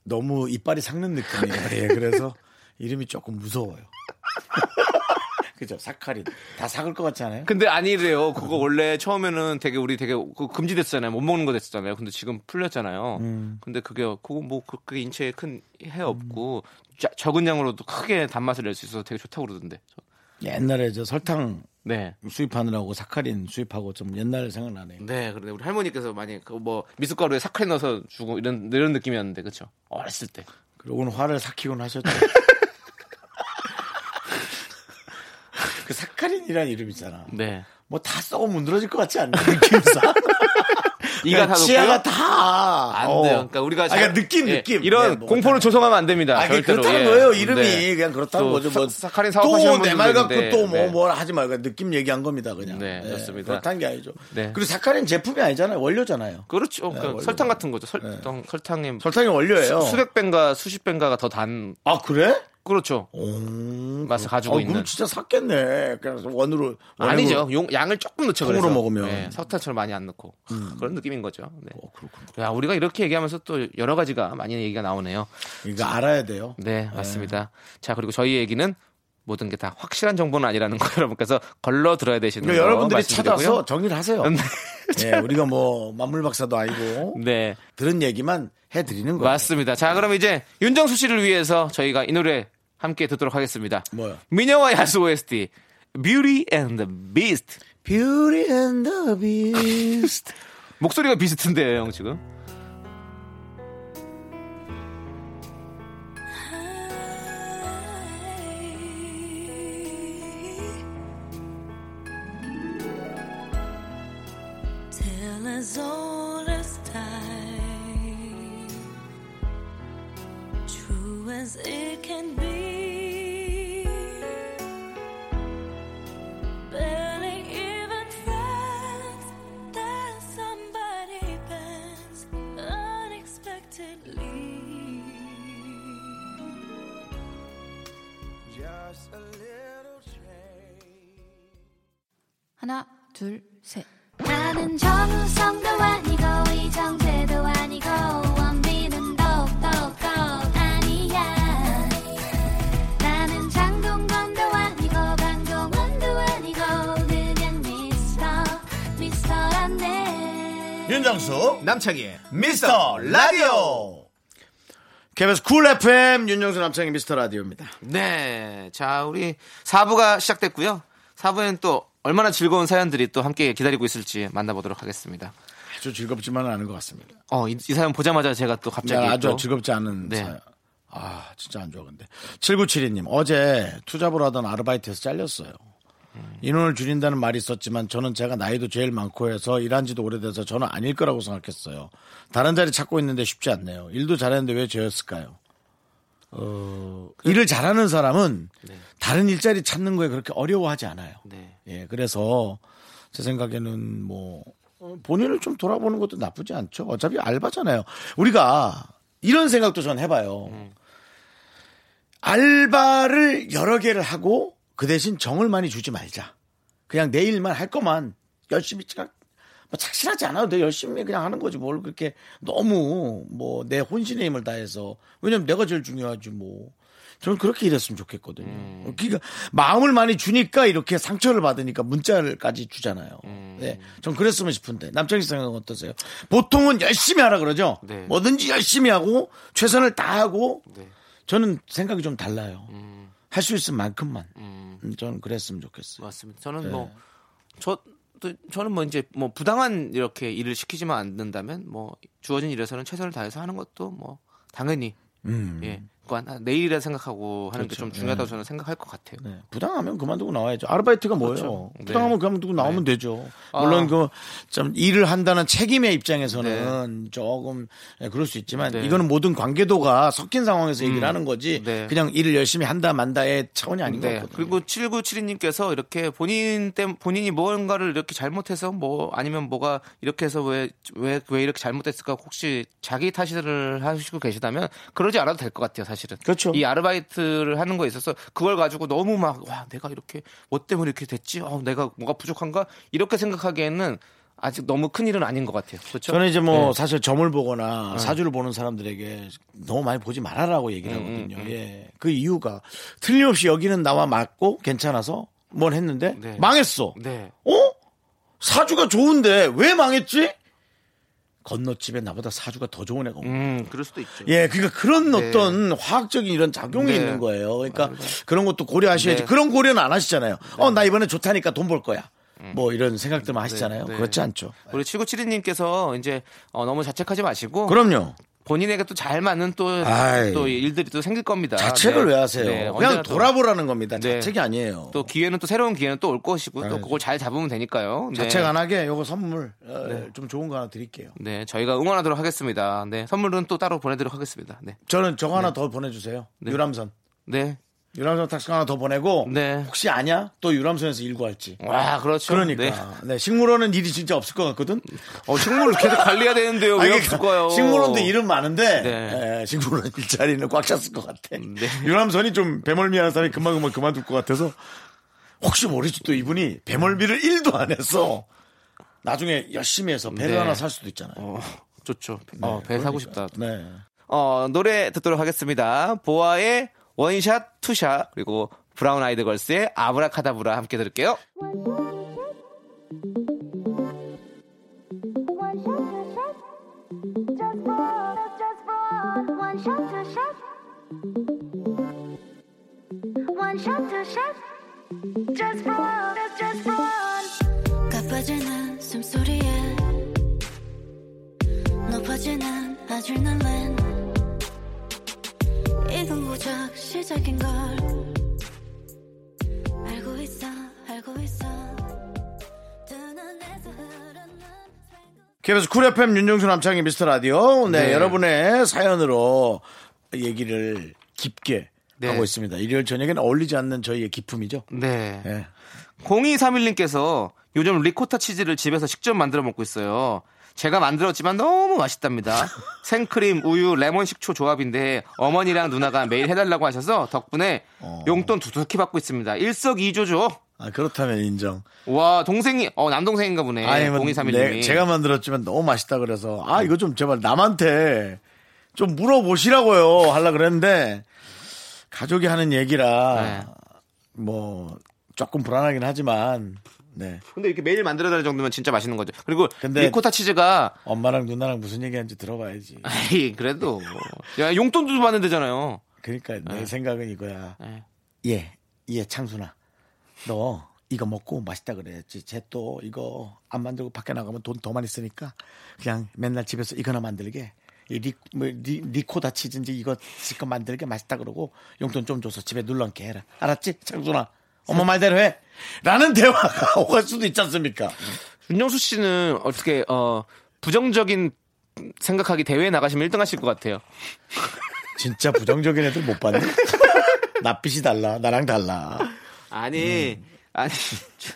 [SPEAKER 1] 너무 이빨이 삭는 느낌이에요.
[SPEAKER 2] 네.
[SPEAKER 1] 예, 그래서 이름이 조금 무서워요. 그죠? 사카린. 다 삭을 것 같지 않아요?
[SPEAKER 2] 근데 아니래요. 그거 원래 처음에는 되게 우리 되게 그 금지됐잖아요. 못 먹는 거 됐었잖아요. 근데 지금 풀렸잖아요. 근데 그게 그거 뭐 그- 그게 인체에 큰 해 없고 자- 적은 양으로도 크게 단맛을 낼 수 있어서 되게 좋다고 그러던데. 저-
[SPEAKER 1] 옛날에 저 설탕
[SPEAKER 2] 네.
[SPEAKER 1] 수입하느라고 사카린 수입하고 좀 옛날 생각나네요.
[SPEAKER 2] 네, 그런데 우리 할머니께서 많이 그 뭐 미숫가루에 사카린 넣어서 주고 이런 이런 느낌이었는데 그렇죠. 어렸을 때.
[SPEAKER 1] 그러고는 화를 삭히곤 하셨죠. 그 사카린이란 이름 있잖아.
[SPEAKER 2] 네.
[SPEAKER 1] 뭐 다 썩어 문드러질 것 같지 않나 느낌상.
[SPEAKER 2] 이가 다
[SPEAKER 1] 치아가
[SPEAKER 2] 녹고요?
[SPEAKER 1] 그러니까 다.
[SPEAKER 2] 안
[SPEAKER 1] 어.
[SPEAKER 2] 돼요. 그러니까 우리가
[SPEAKER 1] 아,
[SPEAKER 2] 잘-
[SPEAKER 1] 그러니까 느낌
[SPEAKER 2] 예,
[SPEAKER 1] 느낌.
[SPEAKER 2] 이런
[SPEAKER 1] 네, 뭐
[SPEAKER 2] 공포를 조성하면 안 됩니다.
[SPEAKER 1] 아, 그냥
[SPEAKER 2] 절대로.
[SPEAKER 1] 그렇다는
[SPEAKER 2] 예.
[SPEAKER 1] 거예요. 이름이
[SPEAKER 2] 네.
[SPEAKER 1] 그냥 그렇다는
[SPEAKER 2] 또
[SPEAKER 1] 거죠. 뭐.
[SPEAKER 2] 사- 사카린 사업하시는 분들도
[SPEAKER 1] 또내말 갖고
[SPEAKER 2] 있는데.
[SPEAKER 1] 또 뭐
[SPEAKER 2] 네.
[SPEAKER 1] 뭘 하지 말고 느낌 얘기한 겁니다. 그냥.
[SPEAKER 2] 네,
[SPEAKER 1] 예,
[SPEAKER 2] 좋습니다.
[SPEAKER 1] 그렇다는 게 아니죠.
[SPEAKER 2] 네.
[SPEAKER 1] 그리고 사카린 제품이 아니잖아요. 원료잖아요.
[SPEAKER 2] 그렇죠. 그러니까
[SPEAKER 1] 원래.
[SPEAKER 2] 설탕 같은 거죠. 설탕 설탕에
[SPEAKER 1] 뭐. 네. 설탕이 원료예요.
[SPEAKER 2] 수백 배인가 수십 배인가가 더 단
[SPEAKER 1] 아 그래?
[SPEAKER 2] 그렇죠.
[SPEAKER 1] 오,
[SPEAKER 2] 맛을 가지고
[SPEAKER 1] 아,
[SPEAKER 2] 있는.
[SPEAKER 1] 그럼 진짜 샀겠네. 그냥 원으로 원액으로.
[SPEAKER 2] 아니죠. 용, 양을 조금 넣죠.
[SPEAKER 1] 뭐 통으로
[SPEAKER 2] 그래서.
[SPEAKER 1] 먹으면. 음.
[SPEAKER 2] 예, 설탕처럼 많이 안 넣고 하, 그런 느낌인 거죠. 네.
[SPEAKER 1] 어, 그렇군요.
[SPEAKER 2] 야, 우리가 이렇게 얘기하면서 또 여러 가지가 많이 얘기가 나오네요.
[SPEAKER 1] 이거 알아야 돼요.
[SPEAKER 2] 네, 맞습니다. 자, 그리고 저희 얘기는 모든 게 다 확실한 정보는 아니라는 거 여러분께서 걸러 들어야 되시는
[SPEAKER 1] 그러니까
[SPEAKER 2] 거
[SPEAKER 1] 여러분들이
[SPEAKER 2] 말씀드리고요.
[SPEAKER 1] 찾아서 정리를 하세요.
[SPEAKER 2] 음, 네.
[SPEAKER 1] 예, 우리가 뭐 만물 박사도 아니고
[SPEAKER 2] 네,
[SPEAKER 1] 들은 얘기만 해드리는 거예요.
[SPEAKER 2] 맞습니다. 자, 그럼 이제 윤정수 씨를 위해서 저희가 이 노래 함께 듣도록 하겠습니다.
[SPEAKER 1] 뭐요?
[SPEAKER 2] 미녀와 야수 OST Beauty and the Beast.
[SPEAKER 1] Beauty and the Beast.
[SPEAKER 2] 목소리가 비슷한데요, 형 지금.
[SPEAKER 3] Tell as old as time, true as it can be. Barely even friends that somebody passed unexpectedly.
[SPEAKER 9] Just a little change.
[SPEAKER 10] 하나, 둘, 셋.
[SPEAKER 3] 나는 정우성도 아니고 이정재도 아니고 원빈은 더욱더 아니야 나는 장동건도 아니고 강동원도 아니고 그냥 미스터 미스터란데
[SPEAKER 1] 윤정수
[SPEAKER 2] 남창희의
[SPEAKER 1] 미스터 라디오 KBS 쿨 FM 윤정수 남창희 미스터 라디오입니다
[SPEAKER 2] 네. 자, 우리 4부가 시작됐고요. 4부에는 또 얼마나 즐거운 사연들이 또 함께 기다리고 있을지 만나보도록 하겠습니다.
[SPEAKER 1] 아주 즐겁지만은 않은 것 같습니다
[SPEAKER 2] 어, 이, 이 사연 보자마자 제가 또
[SPEAKER 1] 나
[SPEAKER 2] 갑자기
[SPEAKER 1] 네, 아주
[SPEAKER 2] 또
[SPEAKER 1] 즐겁지 않은
[SPEAKER 2] 네.
[SPEAKER 1] 사연 아 진짜 안 좋아 근데 7972님 어제 투잡을 하던 아르바이트에서 잘렸어요 인원을 줄인다는 말이 있었지만 저는 제가 나이도 제일 많고 해서 일한 지도 오래돼서 저는 아닐 거라고 생각했어요 다른 자리 찾고 있는데 쉽지 않네요 일도 잘했는데 왜 저였을까요 어, 일을 잘하는 사람은 다른 일자리 찾는 거에 그렇게 어려워하지 않아요
[SPEAKER 2] 네.
[SPEAKER 1] 예, 그래서 제 생각에는 뭐 어, 본인을 좀 돌아보는 것도 나쁘지 않죠. 어차피 알바잖아요. 우리가 이런 생각도 전 해봐요. 알바를 여러 개를 하고 그 대신 정을 많이 주지 말자. 그냥 내 일만 할 것만 열심히 차- 뭐 착실하지 않아도 돼. 열심히 그냥 하는 거지. 뭘 그렇게 너무 뭐 내 혼신의 힘을 다해서. 왜냐면 내가 제일 중요하지 뭐. 저는 그렇게 일했으면 좋겠거든요. 그러니까 마음을 많이 주니까 이렇게 상처를 받으니까 문자를까지 주잖아요. 네, 전 그랬으면 싶은데 남창희 생각은 어떠세요? 보통은 열심히 하라 그러죠.
[SPEAKER 2] 네.
[SPEAKER 1] 뭐든지 열심히 하고 최선을 다하고
[SPEAKER 2] 네.
[SPEAKER 1] 저는 생각이 좀 달라요. 할 수 있을 만큼만
[SPEAKER 2] 음,
[SPEAKER 1] 음, 저는 그랬으면 좋겠어요.
[SPEAKER 2] 맞습니다. 저는
[SPEAKER 1] 네.
[SPEAKER 2] 뭐 저, 또 저는 뭐 이제 뭐 부당한 이렇게 일을 시키지만 않는다면 뭐 주어진 일에서는 최선을 다해서 하는 것도 뭐 당연히
[SPEAKER 1] 음.
[SPEAKER 2] 예. 그건 내일이라 생각하고 하는 게 좀
[SPEAKER 1] 그렇죠.
[SPEAKER 2] 중요하다고 저는 생각할 것 같아요.
[SPEAKER 1] 네. 부당하면 그만두고 나와야죠. 아르바이트가 뭐예요?
[SPEAKER 2] 그렇죠. 네. 아.
[SPEAKER 1] 부당하면 그만두고 나오면 되죠. 물론 그 좀 일을 한다는 책임의 입장에서는 조금 예, 그럴 수 있지만
[SPEAKER 2] 네.
[SPEAKER 1] 이거는 모든 관계도가 섞인 상황에서 얘기를 하는 거지
[SPEAKER 2] 네.
[SPEAKER 1] 그냥 일을 열심히 한다 만다의 차원이 아닌
[SPEAKER 2] 네.
[SPEAKER 1] 것 같거든요.
[SPEAKER 2] 그리고 7972님께서 이렇게 본인 때 본인이 뭔가를 이렇게 잘못해서 뭐 아니면 뭐가 이렇게 해서 왜 왜 왜 이렇게 잘못됐을까 혹시 자기 탓을 하시고 계시다면 그러지 않아도 될 것 같아요 사실은.
[SPEAKER 1] 그렇죠.
[SPEAKER 2] 이 아르바이트를 하는 거에 있어서 그걸 가지고 너무 막 와 내가 이렇게 뭐 때문에 이렇게 됐지? 어, 내가 뭐가 부족한가? 이렇게 생각하기에는 아직 너무 큰 일은 아닌 것 같아요. 그렇죠. 네.
[SPEAKER 1] 저는 이제 뭐 사실 점을 보거나 사주를 보는 사람들에게 너무 많이 보지 말아라고 얘기를
[SPEAKER 2] 음,
[SPEAKER 1] 하거든요. 예. 그 이유가 틀림없이 여기는 나와 맞고 괜찮아서 뭘 했는데
[SPEAKER 2] 네.
[SPEAKER 1] 망했어.
[SPEAKER 2] 네.
[SPEAKER 1] 어? 사주가 좋은데 왜 망했지? 건너집에 나보다 사주가 더 좋은 애가 없네.
[SPEAKER 2] 음, 그럴 수도 있죠.
[SPEAKER 1] 예, 그러니까 그런 어떤 화학적인 이런 작용이
[SPEAKER 2] 네.
[SPEAKER 1] 있는 거예요. 그러니까 그런 것도 고려하셔야지.
[SPEAKER 2] 네.
[SPEAKER 1] 그런 고려는 안 하시잖아요. 어, 나 이번에 좋다니까 돈 벌 거야. 뭐 이런 생각들만 하시잖아요.
[SPEAKER 2] 음. 네.
[SPEAKER 1] 그렇지 않죠.
[SPEAKER 2] 우리 7972님께서 이제 어, 너무 자책하지 마시고
[SPEAKER 1] 그럼요.
[SPEAKER 2] 본인에게 또 잘 맞는 또,
[SPEAKER 1] 아이.
[SPEAKER 2] 또 일들이 또 생길 겁니다.
[SPEAKER 1] 자책을
[SPEAKER 2] 네.
[SPEAKER 1] 왜 하세요?
[SPEAKER 2] 네,
[SPEAKER 1] 그냥
[SPEAKER 2] 언제나 또-
[SPEAKER 1] 돌아보라는 겁니다.
[SPEAKER 2] 네.
[SPEAKER 1] 자책이 아니에요.
[SPEAKER 2] 또 기회는 또 새로운 기회는 또 올 것이고 또
[SPEAKER 1] 당연하죠.
[SPEAKER 2] 그걸 잘 잡으면 되니까요. 네.
[SPEAKER 1] 자책 안 하게 요거 선물 어, 좀 좋은 거 하나 드릴게요.
[SPEAKER 2] 네, 저희가 응원하도록 하겠습니다. 네, 선물은 또 따로 보내도록 하겠습니다. 네,
[SPEAKER 1] 저는 저거 하나 더 보내주세요. 유람선.
[SPEAKER 2] 네,
[SPEAKER 1] 유람선 탁식 하나 더 보내고
[SPEAKER 2] 네.
[SPEAKER 1] 혹시 아냐? 또 유람선에서 일구할지.
[SPEAKER 2] 와, 그렇죠.
[SPEAKER 1] 그러니까
[SPEAKER 2] 네.
[SPEAKER 1] 네, 식물원은 일이 진짜 없을 것 같거든.
[SPEAKER 2] 어, 식물을 계속 관리해야 되는데요. 왜
[SPEAKER 1] 아니, 그러니까
[SPEAKER 2] 없을까요?
[SPEAKER 1] 식물원도 일은 많은데
[SPEAKER 2] 네.
[SPEAKER 1] 예, 식물원 일자리는 꽉 찼을 것 같아. 유람선이 좀 배멀미하는 사람이 금방 금방 그만둘 것 같아서 혹시 모르지 또 이분이
[SPEAKER 2] 음.
[SPEAKER 1] 배멀미를 일도안 해서 나중에 열심히 해서 배를
[SPEAKER 2] 네.
[SPEAKER 1] 하나 살 수도 있잖아요.
[SPEAKER 2] 어, 좋죠. 어, 배 사고 싶다.
[SPEAKER 1] 네.
[SPEAKER 2] 어, 노래 듣도록 하겠습니다. 보아의 원샷, 투샷, 그리고 브라운 아이드 걸스의 아브라카다브라 함께 들을게요.
[SPEAKER 3] 가빠지는 숨소리에 높아지는 아줄날렌 이건 고작 시작인걸 알고 있어 알고 있어 두 눈에서 흐르는
[SPEAKER 1] KBS 쿨 FM 윤정수 남창희 미스터 라디오. 네,
[SPEAKER 2] 네.
[SPEAKER 1] 여러분의 사연으로 얘기를 깊게
[SPEAKER 2] 네.
[SPEAKER 1] 하고 있습니다. 일요일 저녁에는 어울리지 않는 저희의 기품이죠.
[SPEAKER 2] 네.
[SPEAKER 1] 예.
[SPEAKER 2] 0231님께서 요즘 리코타 치즈를 집에서 직접 만들어 먹고 있어요. 제가 만들었지만 너무 맛있답니다. 생크림, 우유, 레몬 식초 조합인데
[SPEAKER 1] 어.
[SPEAKER 2] 어머니랑 누나가 매일 해달라고 하셔서 덕분에 용돈 두둑히 받고 있습니다. 일석이조죠.
[SPEAKER 1] 아, 그렇다면 인정.
[SPEAKER 2] 와 동생이 어 남동생인가 보네.
[SPEAKER 1] 아니, 뭐,
[SPEAKER 2] 0231님이
[SPEAKER 1] 내- 제가 만들었지만 너무 맛있다 그래서, 아, 이거 좀 제발 남한테 좀 물어보시라고요. 하려 그랬는데, 가족이 하는 얘기라,
[SPEAKER 2] 네.
[SPEAKER 1] 뭐, 조금 불안하긴 하지만, 네.
[SPEAKER 2] 근데 이렇게 매일 만들어 달릴 정도면 진짜 맛있는 거죠. 그리고
[SPEAKER 1] 근데-
[SPEAKER 2] 리코타 치즈가
[SPEAKER 1] 엄마랑 누나랑 무슨 얘기하는지 들어봐야지.
[SPEAKER 2] 에이, 그래도 뭐. 야 용돈도 받는 데잖아요.
[SPEAKER 1] 그러니까 내 생각은 이거야.
[SPEAKER 2] 네.
[SPEAKER 1] 예, 예, 창순아. 너 이거 먹고 맛있다 그래야지. 쟤 또 이거 안 만들고 밖에 나가면 돈 더 많이 쓰니까 그냥 맨날 집에서 이거나 만들게. 이 리, 뭐, 리, 리코다 치즈인지 이거 실컷 만들게 맛있다 그러고 용돈 좀 줘서 집에 눌러앉게 해라. 알았지? 창순아. 엄마 말대로 해. 라는 대화가 오갈 수도 있지 않습니까?
[SPEAKER 2] 윤정수 씨는 어떻게 어 부정적인 생각하기 대회에 나가시면 1등 하실 것 같아요.
[SPEAKER 1] 진짜 부정적인 애들 못 봤네. 낯빛이 달라. 나랑 달라.
[SPEAKER 2] 아니 음. 아니 저-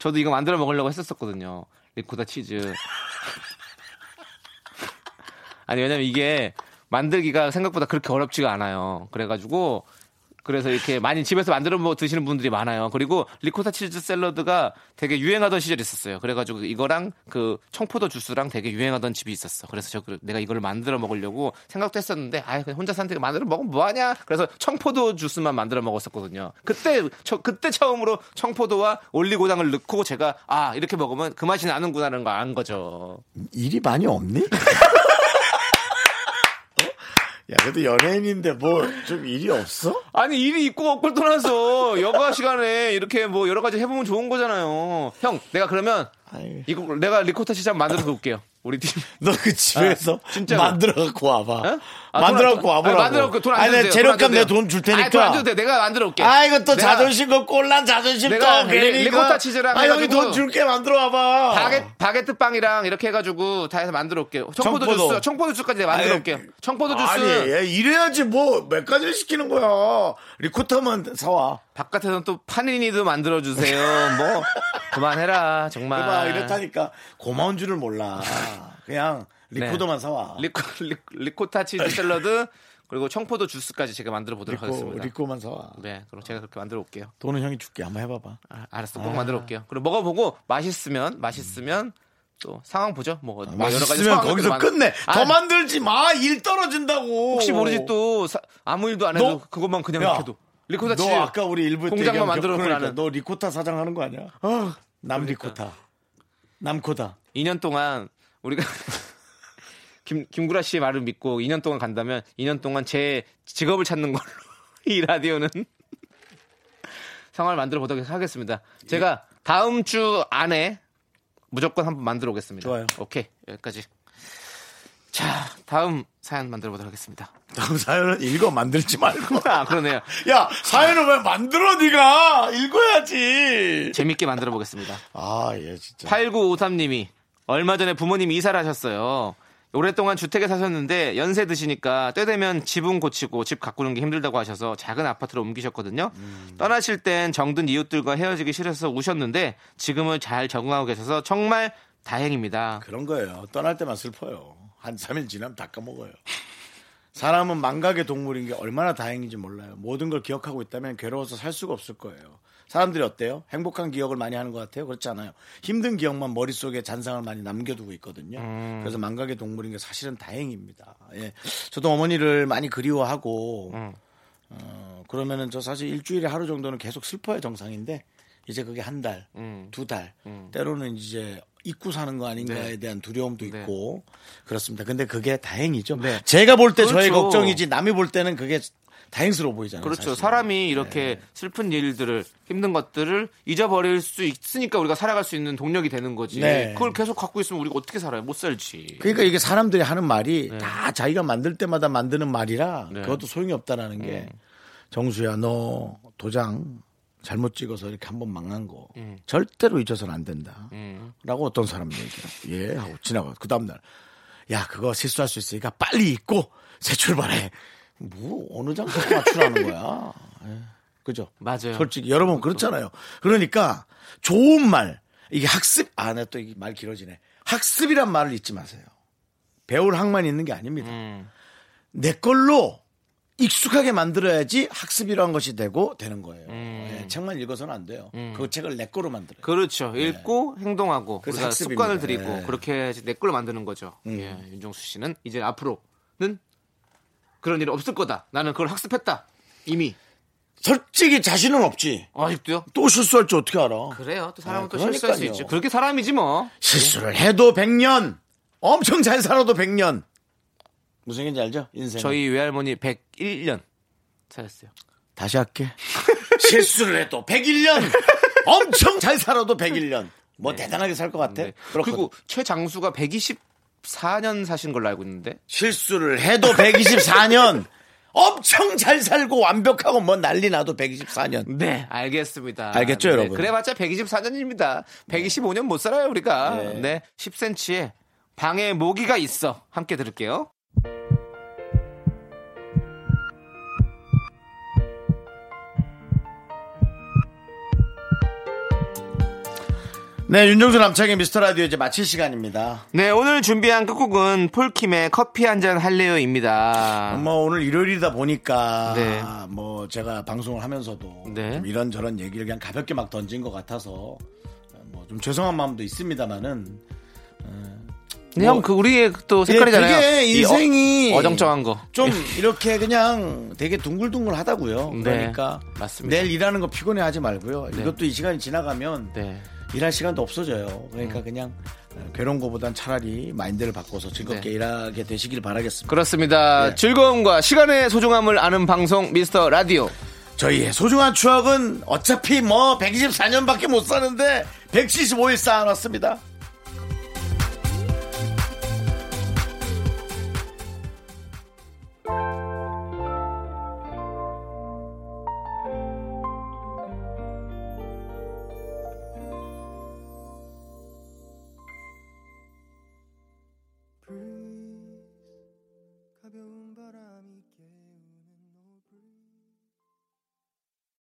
[SPEAKER 2] 저도 이거 만들어 먹으려고 했었었거든요. 리코타 치즈. 아니 왜냐면 이게 만들기가 생각보다 그렇게 어렵지가 않아요. 그래가지고 그래서 이렇게 많이 집에서 만들어 먹 드시는 분들이 많아요. 그리고 리코타 치즈 샐러드가 되게 유행하던 시절이 있었어요. 그래가지고 이거랑 그 청포도 주스랑 되게 유행하던 집이 있었어. 그래서 저 그- 내가 이걸 만들어 먹으려고 생각도 했었는데 아 그냥 혼자 산데 만들어 먹으면 뭐하냐. 그래서 청포도 주스만 만들어 먹었었거든요. 그때 처, 그때 처음으로 청포도와 올리고당을 넣고 제가 아 이렇게 먹으면 그 맛이 나는구나라는 걸 안 거죠.
[SPEAKER 1] 일이 많이 없니? 어? 야, 그래도 연예인인데 뭘 좀 일이 없어?
[SPEAKER 2] 아니 일이 있고 없고 떠나서 여가 시간에 이렇게 뭐 여러 가지 해보면 좋은 거잖아요. 형, 내가 그러면
[SPEAKER 1] 아이.
[SPEAKER 2] 이거 내가 리코타 시장 만들어서 올게요. 우리 팀.
[SPEAKER 1] 너 그 집에서
[SPEAKER 2] 아, 진짜로.
[SPEAKER 1] 만들어 갖고 와봐.
[SPEAKER 2] 어? 아,
[SPEAKER 1] 만들어
[SPEAKER 2] 돈 안-
[SPEAKER 1] 갖고 와보라고.
[SPEAKER 2] 아니, 만들어 갖고 돈안
[SPEAKER 1] 아니, 내
[SPEAKER 2] 주세요.
[SPEAKER 1] 재료값
[SPEAKER 2] 돈안 주세요.
[SPEAKER 1] 내 돈 줄
[SPEAKER 2] 아니, 돈안
[SPEAKER 1] 테니까.
[SPEAKER 2] 줘도 돼. 내가 만들어 올게.
[SPEAKER 1] 아, 이거 또
[SPEAKER 2] 내가
[SPEAKER 1] 자존심 거 꼴란 자존심
[SPEAKER 2] 내가
[SPEAKER 1] 또
[SPEAKER 2] 레-
[SPEAKER 1] 괜히
[SPEAKER 2] 리코타 치즈랑
[SPEAKER 1] 아, 형이
[SPEAKER 2] 해가지고
[SPEAKER 1] 돈 줄게 만들어 와봐.
[SPEAKER 2] 뭐 바게, 바게트 빵이랑 이렇게 해가지고 다 해서 만들어 올게. 청포도,
[SPEAKER 1] 청포도.
[SPEAKER 2] 주스, 청포도 주스까지 내가 만들어
[SPEAKER 1] 아니,
[SPEAKER 2] 올게. 청포도 주스
[SPEAKER 1] 아니, 얘 이래야지 뭐 몇 가지를 시키는 거야. 리코타만 사와.
[SPEAKER 2] 바깥에서 또 파니니도 만들어 주세요. 뭐 그만해라 정말.
[SPEAKER 1] 봐 이렇다니까 고마운 줄을 몰라. 그냥 리코더만 사와.
[SPEAKER 2] 네. 리코, 리, 리코타 치즈 샐러드 그리고 청포도 주스까지 제가 만들어 보도록 하겠습니다.
[SPEAKER 1] 리코, 만 사와.
[SPEAKER 2] 네, 그럼 제가 그렇게 만들어 올게요.
[SPEAKER 1] 돈은 형이 줄게. 한번 해봐봐.
[SPEAKER 2] 아, 알았어, 꼭 만들어 올게요. 그리고 먹어보고 맛있으면 맛있으면 또 상황 보죠. 뭐 여러 가지
[SPEAKER 1] 아, 맛있으면
[SPEAKER 2] 상황을
[SPEAKER 1] 거기서
[SPEAKER 2] 만-
[SPEAKER 1] 끝내. 더
[SPEAKER 2] 아,
[SPEAKER 1] 만들지 마. 일 떨어진다고.
[SPEAKER 2] 혹시 모르지 또 사- 아무 일도 안 해도
[SPEAKER 1] 너-
[SPEAKER 2] 그것만 그냥
[SPEAKER 1] 야,
[SPEAKER 2] 이렇게 해도 리코타 치즈.
[SPEAKER 1] 너 아까 우리 일부 때
[SPEAKER 2] 공장만
[SPEAKER 1] 얘기한 거
[SPEAKER 2] 만들어 놓고
[SPEAKER 1] 그러니까
[SPEAKER 2] 나는.
[SPEAKER 1] 너 리코타 사장 하는 거 아니야? 남 리코타. 남코다.
[SPEAKER 2] 2년 동안 우리가 김 김구라 씨의 말을 믿고 2년 동안 간다면 2년 동안 제 직업을 찾는 걸로 이 라디오는 상황을 만들어 보도록 하겠습니다. 제가 다음 주 안에 무조건 한번 만들어 오겠습니다.
[SPEAKER 1] 좋아요.
[SPEAKER 2] 오케이 여기까지. 자 다음 사연 만들어 보도록 하겠습니다.
[SPEAKER 1] 다음 사연은 읽어 만들지 말고.
[SPEAKER 2] 아 그러네요.
[SPEAKER 1] 야 사연을 왜 만들어 네가 읽어야지.
[SPEAKER 2] 재밌게 만들어 보겠습니다.
[SPEAKER 1] 아 예 진짜.
[SPEAKER 2] 8953님이 얼마 전에 부모님이 이사를 하셨어요. 오랫동안 주택에 사셨는데 연세 드시니까 때 되면 집은 고치고 집 가꾸는 게 힘들다고 하셔서 작은 아파트로 옮기셨거든요.
[SPEAKER 1] 음.
[SPEAKER 2] 떠나실 땐 정든 이웃들과 헤어지기 싫어서 우셨는데 지금은 잘 적응하고 계셔서 정말 다행입니다.
[SPEAKER 1] 그런 거예요. 떠날 때만 슬퍼요. 한 3일 지나면 다 까먹어요. 사람은 망각의 동물인 게 얼마나 다행인지 몰라요. 모든 걸 기억하고 있다면 괴로워서 살 수가 없을 거예요. 사람들이 어때요? 행복한 기억을 많이 하는 것 같아요? 그렇지 않아요. 힘든 기억만 머릿속에 잔상을 많이 남겨두고 있거든요. 그래서 망각의 동물인 게 사실은 다행입니다. 예. 저도 어머니를 많이 그리워하고, 어, 그러면은 저 사실 일주일에 하루 정도는 계속 슬퍼요 정상인데, 이제 그게 한 달,
[SPEAKER 2] 음.
[SPEAKER 1] 두 달, 때로는 이제 잊고 사는 거
[SPEAKER 2] 네.
[SPEAKER 1] 아닌가에 대한 두려움도 있고, 그렇습니다. 근데 그게 다행이죠. 제가 볼 때 저의
[SPEAKER 2] 네. 그렇죠.
[SPEAKER 1] 걱정이지 남이 볼 때는 그게 다행스러워 보이잖아요.
[SPEAKER 2] 그렇죠.
[SPEAKER 1] 사실은.
[SPEAKER 2] 사람이 이렇게
[SPEAKER 1] 네.
[SPEAKER 2] 슬픈 일들을 힘든 것들을 잊어버릴 수 있으니까 우리가 살아갈 수 있는 동력이 되는 거지.
[SPEAKER 1] 네.
[SPEAKER 2] 그걸 계속 갖고 있으면 우리가 어떻게 살아요? 못 살지.
[SPEAKER 1] 그러니까 이게 사람들이 하는 말이 다 자기가 만들 때마다 만드는 말이라 그것도 소용이 없다라는 게 정수야 너 도장 잘못 찍어서 이렇게 한 번 망한 거 절대로 잊어서는 안 된다. 라고 어떤 사람도 얘기해. 예 하고 지나가. 그 다음날 야 그거 실수할 수 있으니까 빨리 잊고 새 출발해. 뭐 어느 장소에 맞추라는 거야. 예. 그죠?
[SPEAKER 2] 맞아요. 그렇죠.
[SPEAKER 1] 솔직히 여러분 그렇잖아요. 그러니까 좋은 말 이게 학습 아나또말 길어지네. 학습이란 말을 잊지 마세요. 배울 학만 있는 게 아닙니다.
[SPEAKER 2] 음. 음.
[SPEAKER 1] 내 걸로 익숙하게 만들어야지 학습이라는 것이 되고 되는 거예요. 예, 책만 읽어서는 안 돼요. 그 책을 내 거로 만들어요.
[SPEAKER 2] 그렇죠. 읽고 행동하고
[SPEAKER 1] 네. 그래서
[SPEAKER 2] 우리가
[SPEAKER 1] 학습입니다. 음.
[SPEAKER 2] 습관을 들이고
[SPEAKER 1] 예.
[SPEAKER 2] 그렇게 해야지 내 꼴을 만드는 거죠. 예, 윤종수 씨는 이제 앞으로는 그런 일이 없을 거다. 나는 그걸 학습했다. 이미 어,
[SPEAKER 1] 솔직히 자신은 없지.
[SPEAKER 2] 아직도요?
[SPEAKER 1] 또 실수할 줄 어떻게 알아?
[SPEAKER 2] 그래요. 또 사람은
[SPEAKER 1] 아,
[SPEAKER 2] 또 실수할 수
[SPEAKER 1] 그러니까요.
[SPEAKER 2] 있죠. 그렇게 사람이지 뭐.
[SPEAKER 1] 실수를 해도 100년. 엄청 잘 살아도 100년. 무슨 얘기인지 알죠? 인생.
[SPEAKER 2] 저희 외할머니 101년 살았어요.
[SPEAKER 1] 다시 할게. 실수를 해도 101년. 엄청 잘 살아도 101년. 뭐 대단하게 살 것 같아.
[SPEAKER 2] 네.
[SPEAKER 1] 그렇거든.
[SPEAKER 2] 그리고 최장수가 124년 사신 걸로 알고 있는데
[SPEAKER 1] 실수를 해도 124년. 엄청 잘 살고 완벽하고 뭐 난리 나도 124년.
[SPEAKER 2] 네, 알겠습니다.
[SPEAKER 1] 알겠죠,
[SPEAKER 2] 네,
[SPEAKER 1] 여러분?
[SPEAKER 2] 그래봤자 124년입니다. 125년 못 살아요, 우리가. 네. 10cm에 방에 모기가 있어. 함께 들을게요.
[SPEAKER 1] 네, 윤종수 남창의 미스터 라디오 이제 마칠 시간입니다.
[SPEAKER 2] 네, 오늘 준비한 끝곡은 폴킴의 커피 한 잔 할래요입니다.
[SPEAKER 1] 뭐 오늘 일요일이다 보니까
[SPEAKER 2] 아. 네.
[SPEAKER 1] 뭐 제가 방송을 하면서도
[SPEAKER 2] 네.
[SPEAKER 1] 좀 이런저런 얘기를 그냥 가볍게 막 던진 것 같아서 뭐 좀 죄송한 마음도 있습니다만은
[SPEAKER 2] 네, 형, 그 우리의 또 색깔이잖아요.
[SPEAKER 1] 뭐, 예, 그게
[SPEAKER 2] 이
[SPEAKER 1] 인생이
[SPEAKER 2] 어, 어정쩡한 거.
[SPEAKER 1] 좀 이렇게 그냥 되게 둥글둥글 하다고요.
[SPEAKER 2] 예. 네,
[SPEAKER 1] 그러니까
[SPEAKER 2] 맞습니다.
[SPEAKER 1] 내일 일하는 거 피곤해 하지 말고요. 이것도 이 시간이 지나가면
[SPEAKER 2] 네. 음.
[SPEAKER 1] 일할 시간도 없어져요. 그러니까 그냥 어, 괴로운 거보단 차라리 마인드를 바꿔서
[SPEAKER 2] 네.
[SPEAKER 1] 즐겁게 일하게 되시길 바라겠습니다.
[SPEAKER 2] 그렇습니다.
[SPEAKER 1] 네.
[SPEAKER 2] 즐거움과 시간의 소중함을 아는 방송 미스터 라디오.
[SPEAKER 1] 저희의 소중한 추억은 어차피 뭐 124년밖에 못 사는데 175일 쌓아놨습니다.